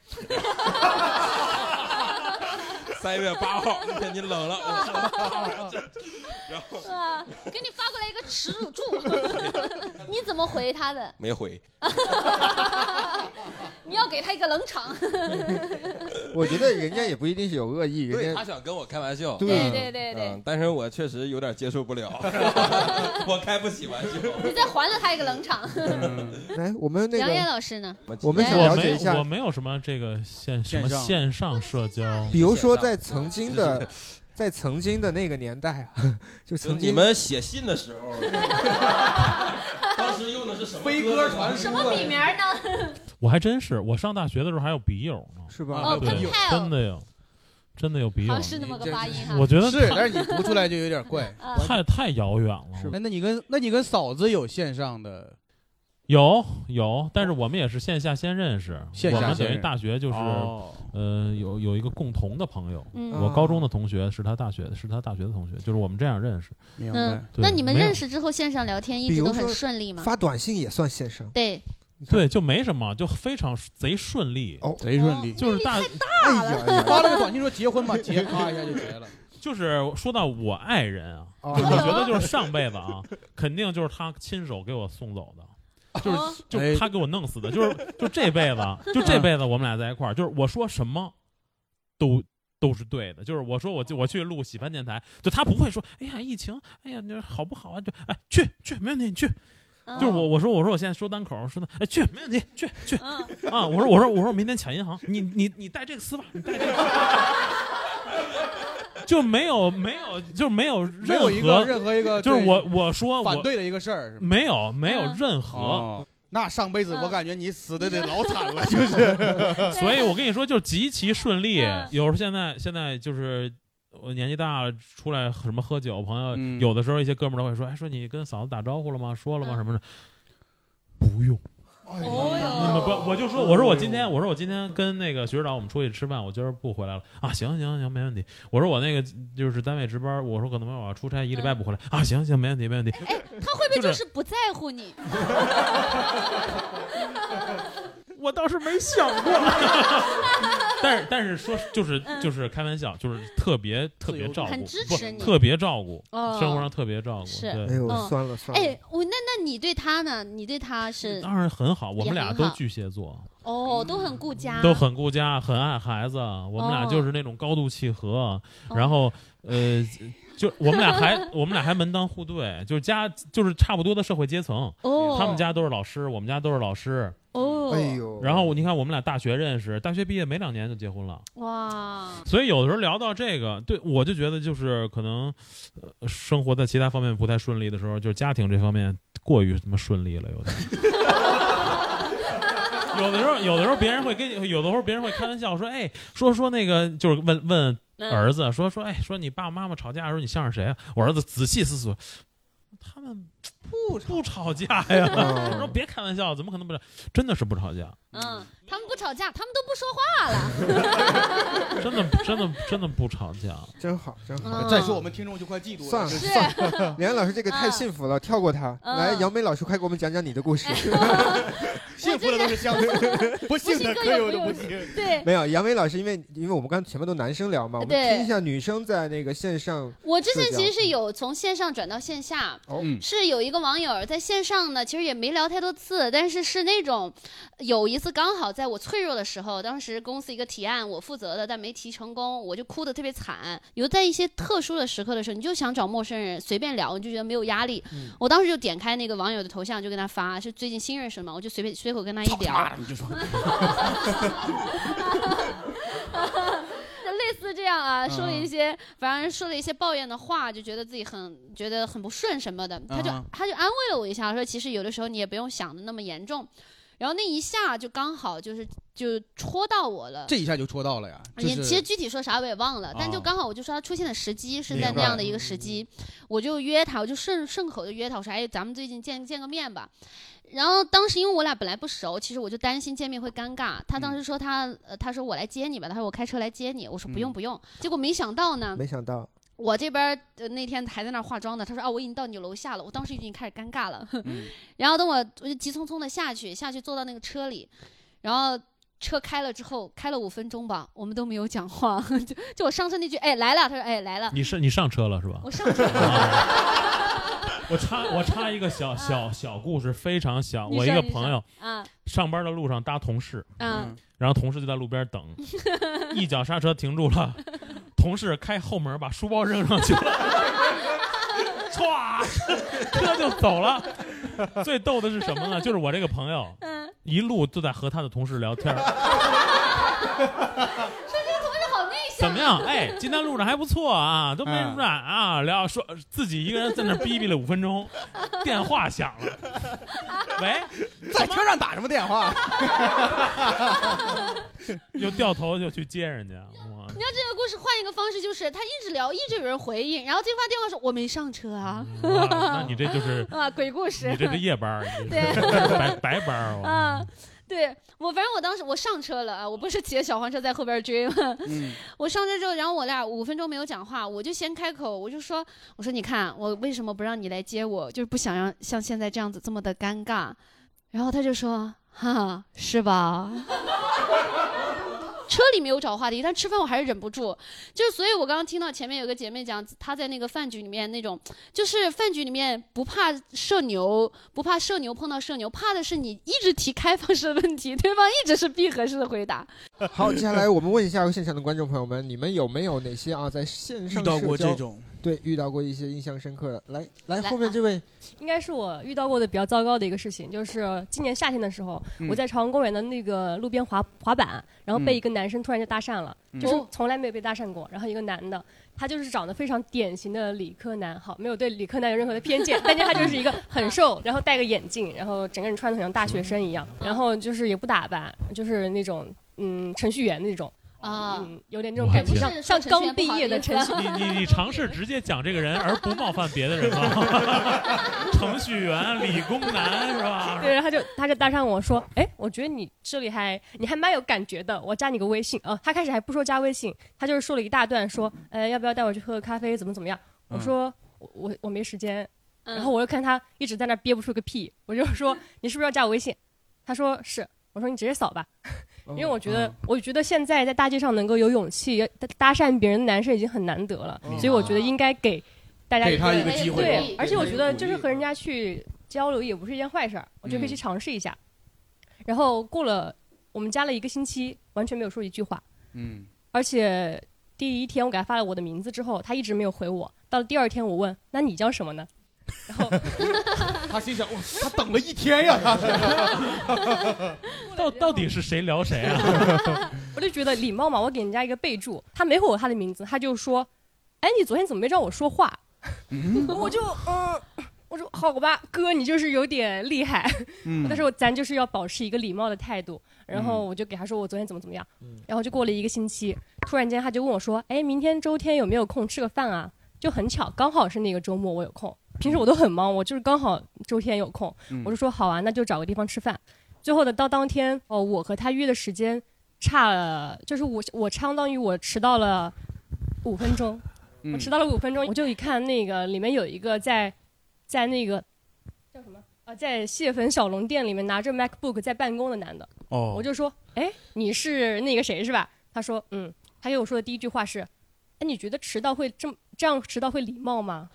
S5: 三月八号那天你冷了， 我说然后
S2: 啊，给你发过来一个耻辱柱， 你怎么回他的？
S5: 没回。
S2: 你要给他一个冷场。
S6: 我觉得人家也不一定是有恶意，人
S5: 对
S6: 家
S5: 他想跟我开玩笑，
S6: 对
S2: 对对对对
S5: 嗯，但是我确实有点接受不了， 我开不起玩笑。
S2: 你再还了他一个冷场。
S6: 来，哎我们嗯那
S2: 杨艳
S6: 个，
S2: 老师呢？
S6: 我们想了解一下
S4: 我没我没有什么这个线什么
S6: 线上
S4: 线上社交，
S6: 比如说在曾 经的，在曾经的那个年代啊，
S5: 就
S6: 就曾经
S5: 你们写信的时候， 当时用的是什么
S7: 飞鸽传书啊
S1: 什么笔名呢？
S4: 我还真是，我上大学的时候还有笔友呢，是
S6: 吧
S1: 哦
S4: 对，
S1: Penpal
S4: 真的有，真的有笔友
S1: 好像，是那么个发音哈。
S4: 我觉得
S7: 是，
S4: 太
S7: 但是你读出来就有点 怪
S1: 啊，
S4: 太太遥远了。
S7: 哎，那你跟那你跟嫂子有线 上的
S4: 有有，但是我们也是线下先认识，
S7: 线下
S4: 我们
S7: 先
S4: 等于
S7: 认
S4: 大学就是、
S7: 哦
S4: 呃有有一个共同的朋友，
S2: 嗯
S4: 我高中的同学是他大学是他大学的同学，就是我们这样认识。
S2: 嗯，
S4: 对
S2: 那你们
S4: 没有
S2: 认识之后线上聊天一
S6: 比
S2: 直
S6: 如
S2: 都很
S6: 说
S2: 顺利吗？
S6: 发短信也算线上，
S2: 对，
S4: 对，就没什么，就非常贼顺利，
S6: 哦
S7: 贼顺利，
S4: 就是大
S7: 大了，发了个短信说结婚吧，结咔一下就结了。
S4: 就是说到我爱人啊，
S7: 哦
S4: 我觉得就是上辈子啊，肯定就是他亲手给我送走的，就是就是他给我弄死的，就是就这辈子，啊就这辈子我们俩在一块儿，就是我说什么都。都是对的，就是我说我就我去录喜番电台，就他不会说，哎呀疫情，哎呀你好不好啊？就哎去去没问题你去，就是我我说我说我现在说单口说的，哎去没问题去去啊！我说我说我说我明天抢银行，你你你带这个丝袜，你带这个丝袜，就没有没有就没有任何
S7: 没有一个任何一个
S4: 就是
S7: 对
S4: 我我说我
S7: 反对的一个事儿，是吗
S4: 没有没有任
S7: 哦
S4: 何，
S7: 那上辈子我感觉你死的得老惨了，就是。
S4: 所以我跟你说就极其顺利。有时候现在现在就是。我年纪大了，出来什么喝酒，朋友、
S7: 嗯
S4: 有的时候一些哥们儿都会说：“哎，说你跟嫂子打招呼了吗？说了吗？什么的？”不用，你们不，我就说，我说我今
S7: 哦
S4: 天，我说我今天跟那个学长我们出去吃饭，我今儿不回来了啊，行行行，没问题。我说我那个就是单位值班，我说可能我要出差一礼拜不回来啊，行行，没问题没问题。
S2: 哎， 他会不会
S4: 就
S2: 就是是不在乎你？
S4: 我倒是没想过。但是但是说就是
S2: 嗯
S4: 就是开玩笑，就是特别特别照顾，
S2: 很支
S4: 不
S2: 持你
S4: 特别照顾，
S2: 哦
S4: 生活上特别照顾，
S2: 是，
S4: 对，
S2: 嗯哎，我那那你对他呢？你对他是？
S4: 当然很好，我们俩
S2: 也
S4: 都
S2: 很好
S4: 巨蟹座，
S2: 哦，都很顾家，
S4: 都很顾家，很爱孩子，我们俩
S2: 哦
S4: 就是那种高度契合，然后呃，就我们俩还我们俩还门当户对，就是家就是差不多的社会阶层，
S2: 哦
S4: 他们家都是老师，我们家都是老师。
S2: 哦哎呦
S4: 然后你看，我们俩大学认识，大学毕业没两年就结婚了，
S2: 哇，
S4: 所以有的时候聊到这个，对我就觉得就是可能，呃，生活在其他方面不太顺利的时候，就是家庭这方面过于他妈顺利了，有点。有的时候，有的时候别人会跟你，有的时候别人会开玩笑说，哎，说说那个就是问问
S2: 嗯
S4: 儿子说说，哎，说你爸爸妈妈吵架的时候你像是谁啊？我儿子仔细思哦索，他们
S7: 不
S4: 不吵架呀，
S2: 哦
S4: 我说别开玩笑，怎么可能不吵？真的是不吵架，
S2: 嗯，他们不吵架，他们都不说话了。
S4: 真的真的真的不吵架，
S6: 真好真
S2: 嗯
S7: 好再说我们听众就快嫉妒了
S6: 算了
S7: 是
S6: 算 了，梁老师这个太幸福了，跳过他。
S2: 嗯哎
S6: 来，杨梅老师，快给我们讲讲你的故事。
S7: 幸福的都是相似的，不幸的可有的不幸。
S2: 对，
S6: 没有，杨梅老师，因为因为我们刚前面都男生聊嘛，我们
S2: 对
S6: 听一下女生在那个线上社交。嗯
S2: 我之前其实是有从线上转到线下，嗯
S6: 哦
S2: 是有一个网友在线上呢，其实也没聊太多次，但是是那种有一次刚好在我脆弱的时候，当时公司一个提案我负责的，但没提成功，我就哭得特别惨。有在一些特殊的时刻的时候，你就想找陌生人随便聊，你就觉得没有压力。
S6: 嗯
S2: 我当时就点开那个网友的头像，就跟他发，是最近新认识的嘛，我就随便随口跟他 一聊，
S7: 你就说，
S2: 类似这样啊，
S19: 嗯
S2: 说了一些，反正说了一些抱怨的话，就觉得自己很觉得很不顺什么的，他就、
S19: 嗯
S2: 他就安慰了我一下，说其实有的时候你也不用想的那么严重。然后那一下就刚好就是就戳到我了，
S7: 这一下就戳到了呀。就
S2: 也
S7: 是
S2: 其实具体说啥我也忘了，但就
S7: 哦
S2: 刚好我就说他出现的时机是
S7: 明
S2: 在那
S7: 白
S2: 样的一个时机，我就约他，我就顺顺口就约他，我说哎，咱们最近见见个面吧。然后当时因为我俩本来不熟，其实我就担心见面会尴尬。他
S7: 嗯
S2: 当时说他、呃他说我来接你吧，他说我开车来接你，我说不用
S6: 嗯
S2: 不用。结果没想到呢，
S6: 没想到，
S2: 我这边儿、呃、那天还在那儿化妆呢，他说啊，我已经到你楼下了，我当时已经开始尴尬了。
S7: 嗯
S2: 然后等我我就急匆匆的下去，下去坐到那个车里，然后车开了之后，开了五分钟吧，我们都没有讲话， 就就我上车那句哎来了，他说哎来了，
S4: 你是你上车了是吧？
S2: 我上 车了。
S4: 我插我插一个小小小故事，非常小。
S2: 嗯你
S4: 我一
S2: 说
S4: 个
S2: 你
S4: 朋
S2: 说
S4: 友
S2: 啊
S4: 上班的路上搭同事，
S2: 嗯，
S4: 然后同事就在路边 等，一脚刹车停住了，同事开后门把书包扔上去 了，唰，车就走了。最逗的是什么呢？就是我这个朋友
S2: 嗯，
S4: 一路都在和他的同事聊天儿，
S2: 说这个同事好内向啊
S4: 怎么样？ 哎，今天录的还不错啊，都没
S7: 嗯
S4: 什么事儿啊，聊说自己一个人在那儿逼逼了五分钟，电话响了，喂，
S7: 在车上打什么电话？
S4: 又掉头就去接人家，哇，
S2: 你知道这个故事换一个方式，就是他一直聊，一直有人回应，然后接发电话说我没上车啊。
S4: 嗯 哇那你这就是
S2: 啊鬼故事，
S4: 你这 是夜班啊儿，你这是
S2: 对
S4: 白白班儿，我
S2: 啊，对我反正我当时我上车了啊，我不是骑着小黄车在后边追吗？
S4: 嗯
S2: 我上车之后，然后我俩五分钟没有讲话，我就先开口，我就说，我说你看我为什么不让你来接我，就是不想让像现在这样子这么的尴尬。然后他就说，哈，是吧？车里没有找话题，但吃饭我还是忍不住。就是，所以我刚刚听到前面有个姐妹讲，她在那个饭局里面那种，就是饭局里面不怕社牛，不怕社牛碰到社牛，怕的是你一直提开放式问题，对方一直是闭合式的回答。
S6: 好，接下来我们问一下现场的观众朋友们，你们有没有哪些啊在线上
S7: 遇到过
S6: 社交
S7: 这种？
S6: 对，遇到过一些印象深刻的。来来，
S19: 来
S6: 后
S2: 啊
S6: 面这位，
S19: 应该是我遇到过的比较糟糕的一个事情，就是今年夏天的时候，
S6: 嗯
S19: 我在朝阳公园的那个路边滑滑板，然后被一个男生突然就搭讪了，
S2: 哦
S11: 嗯
S19: 就是从来没有被搭讪过。然后一个男的，他就是长得非常典型的理科男，好，没有对理科男有任何的偏见，但是他就是一个很瘦，然后戴个眼镜，然后整个人穿的很像大学生一样，
S2: 嗯
S19: 然后就是也不打扮，就是那种嗯程序员那种。
S2: 啊、
S19: 嗯，有点这种感觉，
S2: 我
S19: 像
S2: 还是说
S19: 像
S2: 程序
S19: 刚
S2: 员
S19: 毕业的
S2: 不
S19: 程
S2: 好意
S19: 序
S2: 思
S19: 员，
S2: 啊
S4: 你你尝试直接讲这个人，而不冒犯别的人吗？ 程序员、理工男是吧？
S19: 对，然后他就他就搭上我说，哎，我觉得你这里还你还蛮有感觉的，我加你个微信啊、他开始还不说加微信，他就是说了一大段说，呃，要不要带我去喝个咖啡，怎么怎么样？我
S11: 嗯
S19: 说、我我我没时间，然后我又看他一直在那憋不出个屁，我就说你是不是要加我微信？他说是，我说你直接扫吧。
S7: 嗯
S19: 因为我觉得，我觉得现在在大街上能够有勇气搭搭讪别人的男生已经很难得了，
S11: 嗯
S19: 所以我觉得应该给大家
S7: 给他一个机会
S19: 对，而且我觉得
S7: 鼓励
S19: 就是和人家去交流也不是一件坏事儿，我觉得可以去尝试一下。然后过了我们加了一个星期，完全没有说一句话，
S7: 嗯，
S19: 而且第一天我给他发了我的名字之后，他一直没有回我。到了第二天，我问：“那你叫什么呢？”
S7: 他心想，哇，他等了一天呀，他
S4: 到到底是谁聊谁啊？
S19: 我就觉得礼貌嘛，我给人家一个备注。他没回我他的名字，他就说：“哎，你昨天怎么没找我说话？”我就嗯、我说好吧，哥，你就是有点厉害，
S11: 嗯
S19: 但是我咱就是要保持一个礼貌的态度。然后
S11: 嗯
S19: 我就给他说我昨天怎么怎么样，然后就过了一个星期，突然间他就问我说：“哎，明天周天有没有空吃个饭啊？”就很巧，刚好是那个周末我有空，平时我都很忙，我就是刚好周天有空，
S11: 嗯
S19: 我就说好啊，那就找个地方吃饭。最后呢，到当天哦，我和他约的时间差了，就是我我相当于我迟到了五分钟。
S7: 嗯
S19: 我迟到了五分钟，我就一看那个里面有一个在在那个叫什么啊，在蟹粉小龙店里面拿着 MacBook 在办公的男的。
S11: 哦
S19: 我就说，哎，你是那个谁是吧？他说，嗯。他给我说的第一句话是，哎，你觉得迟到会这么这样迟到会礼貌吗？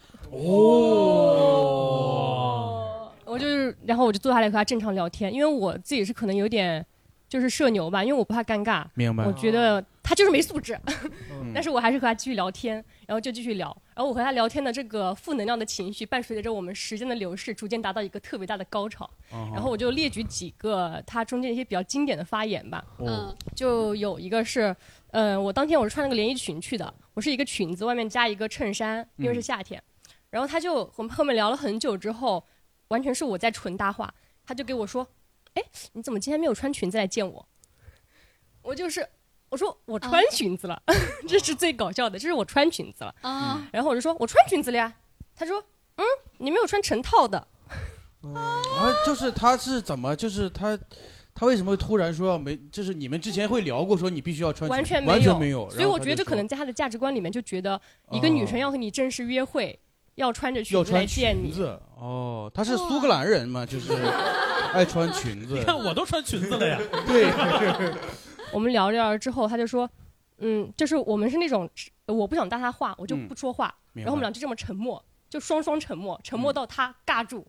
S4: 哦，
S19: 我就是，然后我就坐下来和他正常聊天，因为我自己是可能有点就是社牛吧，因为我不怕尴尬。
S7: 明白
S19: 我觉得他就是没素质，
S7: 嗯
S19: 但是我还是和他继续聊天，然后就继续聊。然后我和他聊天的这个负能量的情绪，伴随着我们时间的流逝，逐渐达到一个特别大的高潮。
S4: 嗯
S11: 哦
S19: 然后我就列举几个他中间一些比较经典的发言吧。
S11: 哦
S19: 就有一个是，呃，我当天我是穿了个连衣裙去的，我是一个裙子外面加一个衬衫，因为是
S11: 嗯
S19: 夏天。然后他就我们后面聊了很久之后，完全是我在纯搭话，他就给我说：“哎，你怎么今天没有穿裙子来见我？”我就是我说我穿裙子了， 这是最搞笑的，这是我穿裙子了。
S15: 哦
S19: 嗯
S2: 啊
S19: 然后我就说我穿裙子了呀，他说：“嗯，你没有穿成套的。”
S7: 啊，就是他是怎么，就是他，他为什么突然说要没？就是你们之前会聊过，说你必须要穿裙，
S19: 完全没有，
S7: 完全没有。
S19: 所以我觉得这可能在他的价值观里面就觉得一个女生要和你正式约会，要穿着裙
S7: 哦要
S19: 子来
S7: 穿
S19: 见
S7: 裙
S19: 你。
S7: 子哦，他是苏格兰人 嘛，就是爱穿裙子
S4: 你。看我都穿裙子了呀。
S7: 对，
S19: 我们聊着聊着之后，他就说，嗯，就是我们是那种我不想搭他话，我就不说话，
S11: 嗯明白嗯
S19: 然后我们俩就这么沉默，就双双沉默，沉默到他尬住。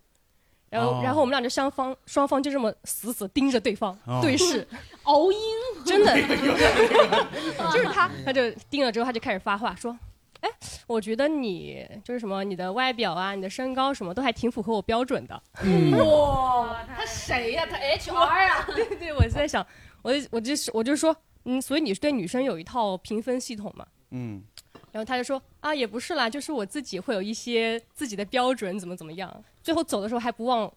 S19: 然后，
S11: 哦
S19: 然后我们俩就相方双方就这么死死盯着对方、
S11: 哦
S19: 对视，
S2: 熬鹰，
S19: 真 的，就是他，他就定了之后，他就开始发话说：“哎，我觉得你就是什么，你的外表啊，你的身高什么都还挺符合我标准的。
S11: 嗯
S19: 哇，
S2: 他谁呀、他啊
S19: 我对对，我就在想，我就我就是我就说，嗯，所以你是对女生有一套评分系统嘛？
S7: 嗯，
S19: 然后他就说啊，也不是啦，就是我自己会有一些自己的标准，怎么怎么样。最后走的时候还不忘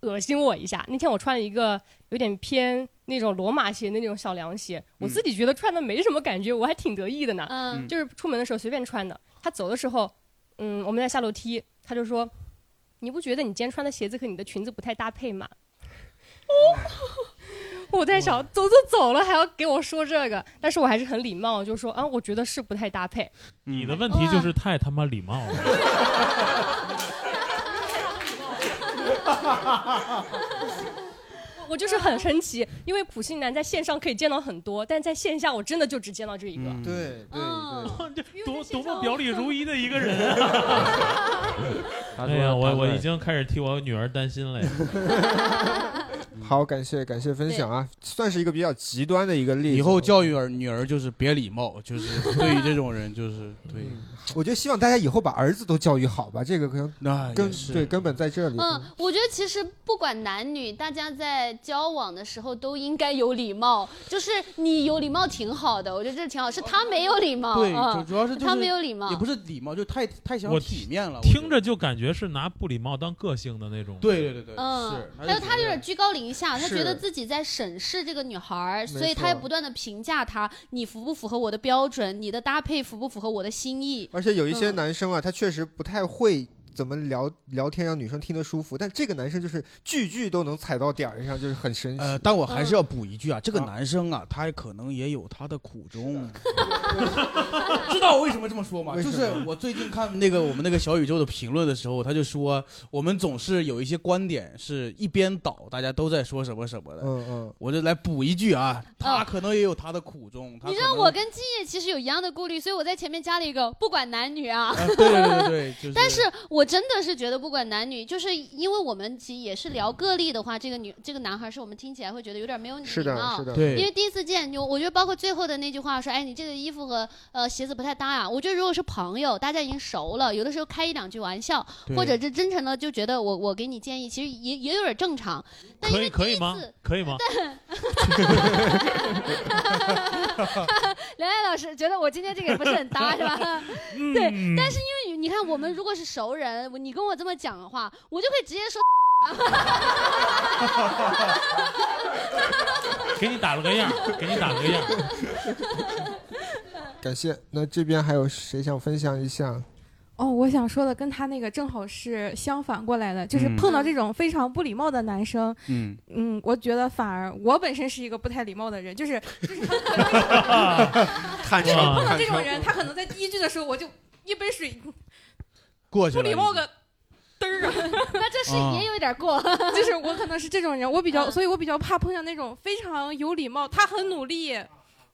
S19: 恶心我一下。那天我穿了一个有点偏那种罗马鞋的那种小凉鞋，我自己觉得穿的没什么感觉，我还挺得意的呢。
S2: 嗯
S19: 就是出门的时候随便穿的。他走的时候，嗯，我们在下楼梯，他就说，你不觉得你今天穿的鞋子和你的裙子不太搭配吗？哦我在想，走都走了还要给我说这个，但是我还是很礼貌，就说啊，我觉得是不太搭配。
S4: 你的问题就是太他妈礼貌了。
S19: 我就是很神奇，因为普信男在线上可以见到很多，但在线下我真的就只见到这一个。
S2: 嗯
S6: 对
S4: 对对，嗯多多么 表里如一的一个人啊！哎
S6: 哎
S4: 呀，我我已
S6: 经。
S4: 经开始替我女儿担心了呀。
S7: 嗯
S6: 好，感谢感谢分享啊，算是一个比较极端的一个例 子。
S7: 以后教育儿女儿就是别礼貌， 就是对于这种人就是对。
S4: 嗯
S6: 我觉得希望大家以后把儿子都教育好吧，这个可能根
S7: 是
S6: 对根本在这里。
S2: 嗯，我觉得其实不管男女，大家在交往的时候都应该有礼貌。就是你有礼貌挺好的，我觉得这挺好，是他没有礼貌。
S7: 对，
S2: 嗯
S7: 主主要是就是
S2: 他没有礼貌，
S7: 也不是礼貌，就太太想
S4: 我
S7: 体面了。
S4: 听着就感觉是拿不礼貌当个性的那种。
S7: 对对对对
S2: 嗯，还有他有点居高临下，他
S4: 是
S2: 觉得自己在审视这个女孩儿，
S4: 没
S2: 所以他也
S6: 错
S2: 不断的评价她，你符不符合我的标准，你的搭配符不符合我的心意。
S6: 而且有一些
S2: 嗯
S6: 男生啊，他确实不太会怎么聊聊天让女生听得舒服，但这个男生就是句句都能踩到点儿上，就是很神奇。
S7: 呃，但我还
S2: 嗯
S7: 是要补一句啊，这个男生啊，他可能也有他的苦
S4: 啊
S7: 衷。知道我为什么这么说吗？
S12: 为
S7: 就
S12: 什么
S7: 是我最近看那个我们那个小宇宙的评论的时候，他就说我们总是有一些观点是一边倒，大家都在说什么什么的。
S6: 嗯嗯，
S7: 我就来补一句啊，他可能也有他的苦衷。他
S2: 你知
S7: 可
S2: 道
S7: 能
S2: 我跟金叶其实有一样的顾虑，所以我在前面加了一个不管男女啊。
S7: 对对对 对，就是。
S2: 但是我真的是觉得，不管男女，就是因为我们其实也是聊个例的话，这个女这个男孩是我们听起来会觉得有点没有礼貌，
S6: 是的是的
S2: 因为第一次见，就我觉得包括最后的那句话说，哎，你这个衣服和呃鞋子不太搭呀、我觉得如果是朋友，大家已经熟了，有的时候开一两句玩笑，
S4: 对
S2: 或者是真诚的就觉得我我给你建议，其实也也有点正常。 但因
S4: 可
S2: 为
S4: 以可以吗？可 以吗？
S2: 梁爱老师觉得我今天这个也不是很搭，是吧？
S4: 嗯
S2: 对，但是因为你看，我们如果是熟人，我你跟我这么讲的话，我就会直接说
S4: 给你打了个样儿，给你打了个样儿。
S6: 感谢。那这边还有谁想分享一下？
S13: 哦，我想说的跟他那个正好是相反过来的，就是
S6: 嗯
S13: 碰到这种非常不礼貌的男生，
S6: 嗯
S13: 嗯，我觉得反而我本身是一个不太礼貌的人，就是就是他可能
S7: 坦
S13: 就是碰到这种人，他可能在第一句的时候我就一杯水
S7: 过去
S13: 不
S7: 了已
S13: 礼
S7: 经。
S13: 貌个嘚儿啊， 那这
S7: 是啊也
S13: 有点过， 嗯就是我可能是这种人，我比较，所以我比较怕碰见那种非常有礼貌，他很努力，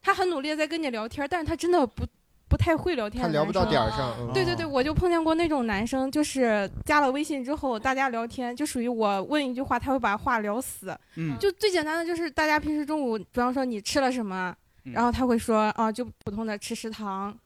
S13: 他很努力地在跟你聊天，但是他真的不。不太会聊天的
S6: 他
S13: 男生，
S6: 聊不到点儿上嗯
S13: 对对对，我就碰见过那种男生，就是加了微信之后，大家聊天就属于我问一句话，他会把话聊死。
S7: 嗯
S13: 就最简单的就是大家平时中午，比方说你吃了什么，
S7: 嗯
S13: 然后他会说啊，就普通的吃食堂，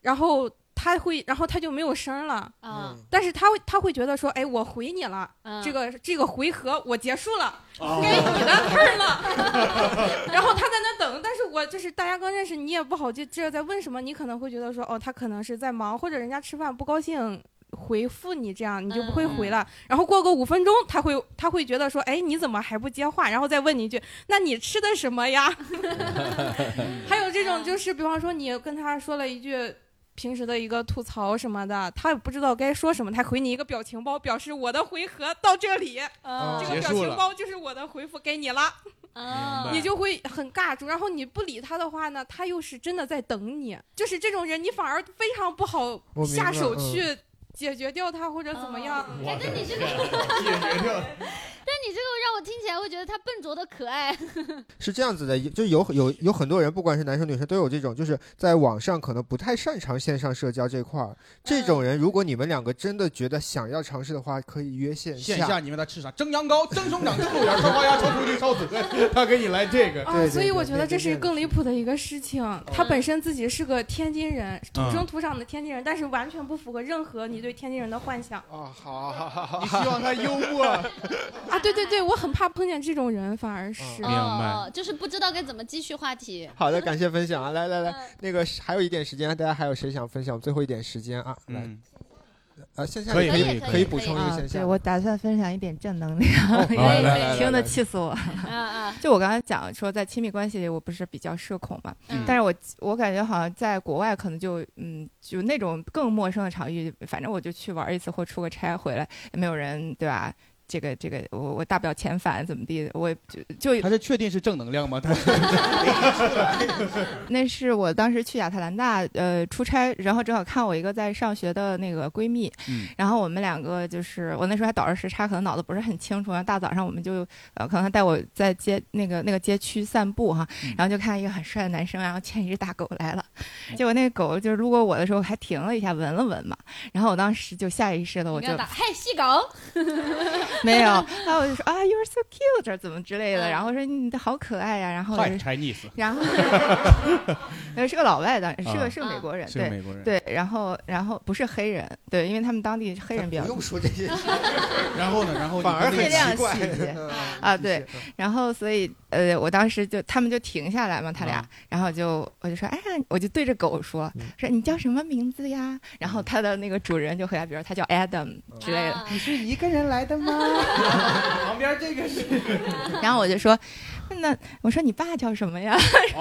S13: 然后他会，然后他就没有声儿了。
S2: 啊，
S13: 但是他会他会觉得说，哎，我回你了，
S2: 嗯
S13: 这个这个回合我结束了，该你的 turn 了。 然后他在那等，但是我就是大家刚认识，你也不好就接着在问什么，你可能会觉得说，哦，他可能是在忙，或者人家吃饭不高兴。回复你这样，你就不会回了。
S2: 嗯
S13: 然后过个五分钟，他会他会觉得说，哎，你怎么还不接话？然后再问你一句，那你吃的什么呀？
S4: 嗯
S13: 还有这种就是，比方说你跟他说了一句平时的一个吐槽什么的，他也不知道该说什么，他回你一个表情包，表示我的回合到这里，
S9: 嗯
S7: 哦
S13: 这个
S7: 结
S13: 表
S7: 束
S13: 情
S7: 了
S13: 包就是我的回复给你了，
S7: 白
S13: 你就会很尬住。然后你不理他的话呢，他又是真的在等你，就是这种人，你反而非常不好
S6: 我明白
S13: 下手
S6: 嗯
S13: 去解决掉他或者怎么样。
S2: 哎，但你这个，但你这个让我听起来会觉得他笨拙的可爱。
S6: 是这样子的，就有有有很多人，不管是男生女生，都有这种，就是在网上可能不太擅长线上社交这块儿。这种人，如果你们两个真的觉得想要尝试的话，可以约线
S7: 线下你问他吃啥，蒸羊羔、蒸熊掌、蒸鹿眼、烧花鸭、烧雏菊、烧子孙，他给你来这个。
S13: 啊，所以我觉得这是更离谱的一个事情。
S6: 嗯
S13: 他本身自己是个天津人，土生土长的天津人，但是完全不符合任何你对天津人的幻想。
S6: 啊，好，
S7: 你希望他幽默，
S13: 啊，对对对，我很怕碰见这种人反而是
S6: 明白
S2: 哦，就是不知道该怎么继续话题。
S6: 好的，感谢分享啊！来来来，那个是还有一点时间，啊大家还有谁想分享？最后一点时间啊，来，啊，线下
S10: 可以
S6: 也
S10: 可以
S6: 以
S10: 可以
S6: 可以补充一个
S10: 啊
S6: 线，
S10: 对
S6: 下，
S10: 我打算分享一点正能量
S6: 哦，
S10: 因
S6: 来来来
S10: 为听
S6: 来
S10: 得气死我 了。 就我刚才讲说，在亲密关系里，我不是比较社恐嘛，
S20: 嗯
S10: 但是我我感觉好像在国外可能就嗯，就那种更陌生的场域，反正我就去玩一次或出个差回来，也没有人对吧？这个这个，我我大不了遣返怎么地，我也就就
S7: 他是确定是正能量吗？他
S10: 那是我当时去亚特兰大呃出差，然后正好看我一个在上学的那个闺蜜，
S7: 嗯
S10: 然后我们两个就是我那时候还倒着时差，可能脑子不是很清楚，然后大早上我们就呃可能她带我在街那个那个街区散步哈，然后就看一个很帅的男生，然后牵一只大狗来了，结果那个狗就是路过我的时候还停了一下闻了闻嘛，然后我当时就下意识的我
S2: 你
S10: 就
S2: 跟他打嗨，细狗，
S10: 没有，然后我就说啊，you're so cute，怎么之类的，然后说你的好可爱呀、啊然后我就
S7: Chinese，
S10: 然后，呃，是个老外的，是个、
S7: 啊
S10: 是个美国人，
S7: 是个
S10: 对
S7: 美国人
S10: 对，然后然后不是黑人，对，因为他们当地黑人比较
S6: 不用说这些，
S7: 然后呢，然后
S6: 反而很
S10: 这样
S6: 奇怪
S10: 细节
S6: 嗯
S10: 啊，对，然后所以呃，我当时就他们就停下来嘛，他
S7: 啊
S10: 俩，然后就我就说，哎呀，我就对着狗说，
S7: 嗯
S10: 说你叫什么名字呀？然后它的那个主人就回答，比如他叫 Adam
S7: 嗯
S10: 之类的，
S20: 你是一个人来的吗？
S7: 旁边这个是，
S10: 然后我就说，那我说你爸叫什么呀？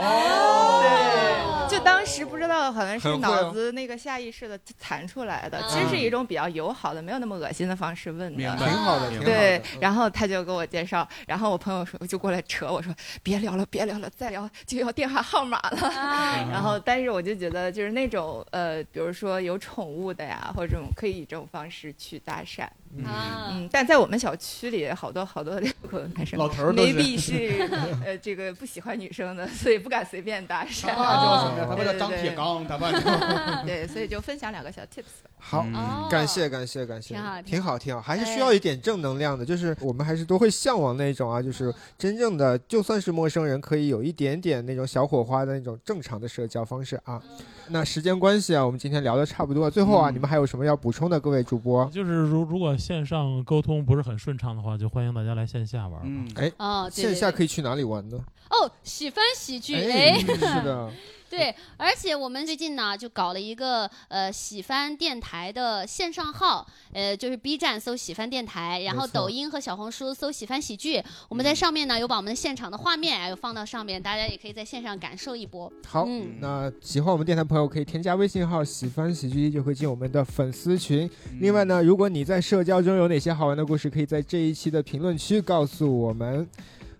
S10: 对，就当时不知道，好像是
S20: 很会哦
S10: 脑子那个下意识的弹出来的，其实是一种比较友好的、没有那么恶心的方式问的，
S20: 明白挺好的挺好的嗯
S10: 对，然后他就给我介绍，然后我朋友说就过来扯我说别聊了，别聊了，再聊就要电话号码了。 然后，但是我就觉得就是那种呃，比如说有宠物的呀，或者这种可以以这种方式去搭讪。嗯，但在我们小区里，好多 好多可能男生
S20: 老头儿都是
S10: maybe 是呃这个不喜欢女生的，所以不敢随便搭讪。
S7: 他爸叫什么呀他爸叫
S10: 对
S7: 张
S10: 对
S7: 铁刚他爸叫
S10: 对，所以就分享两个小 tips 吧。
S6: 好，感谢感谢感谢，
S10: 哦挺好
S6: 挺好挺好，还是需
S10: 哎
S6: 要一点正能量的，就是我们还是都会向往那
S10: 嗯
S6: 种啊，就是真正的，就算是陌生人，可以有一点点那种小火花的那种正常的社交方式啊。
S10: 嗯
S6: 那时间关系啊，我们今天聊的差不多，最后
S18: 嗯
S6: 啊，你们还有什么要补充的，各位主播？
S4: 就是如如果线上沟通不是很顺畅的话，就欢迎大家来线下玩吧。
S7: 嗯
S6: 哎
S2: 哦对对
S6: 线下
S2: 对
S6: 可以去哪里玩呢？
S2: 哦，喜欢喜剧，
S6: 哎，
S2: 哎，
S6: 是的，
S2: 对，而且我们最近呢就搞了一个呃喜番电台的线上号，呃就是 B 站搜喜番电台，然
S20: 没
S2: 后
S20: 错
S2: 抖音和小红书搜喜番喜剧，我们在上面呢有把我们的现场的画面哎有放到上面，大家也可以在线上感受一波。
S6: 好，
S2: 嗯，
S6: 那喜欢我们电台的朋友可以添加微信号“喜欢喜剧”，就会进我们的粉丝群。
S4: 嗯
S6: 另外呢，如果你在社交中有哪些好玩的故事，可以在这一期的评论区告诉我们。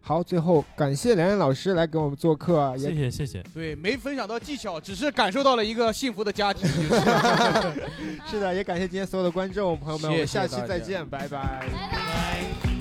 S6: 好，最后感谢梁岩老师来给我们做客啊，也
S4: 谢谢谢谢。
S7: 对，没分享到技巧，只是感受到了一个幸福的家 庭。
S6: 是的，也感谢今天所有的观众朋友们，我们下期再见，拜拜。
S7: 拜拜。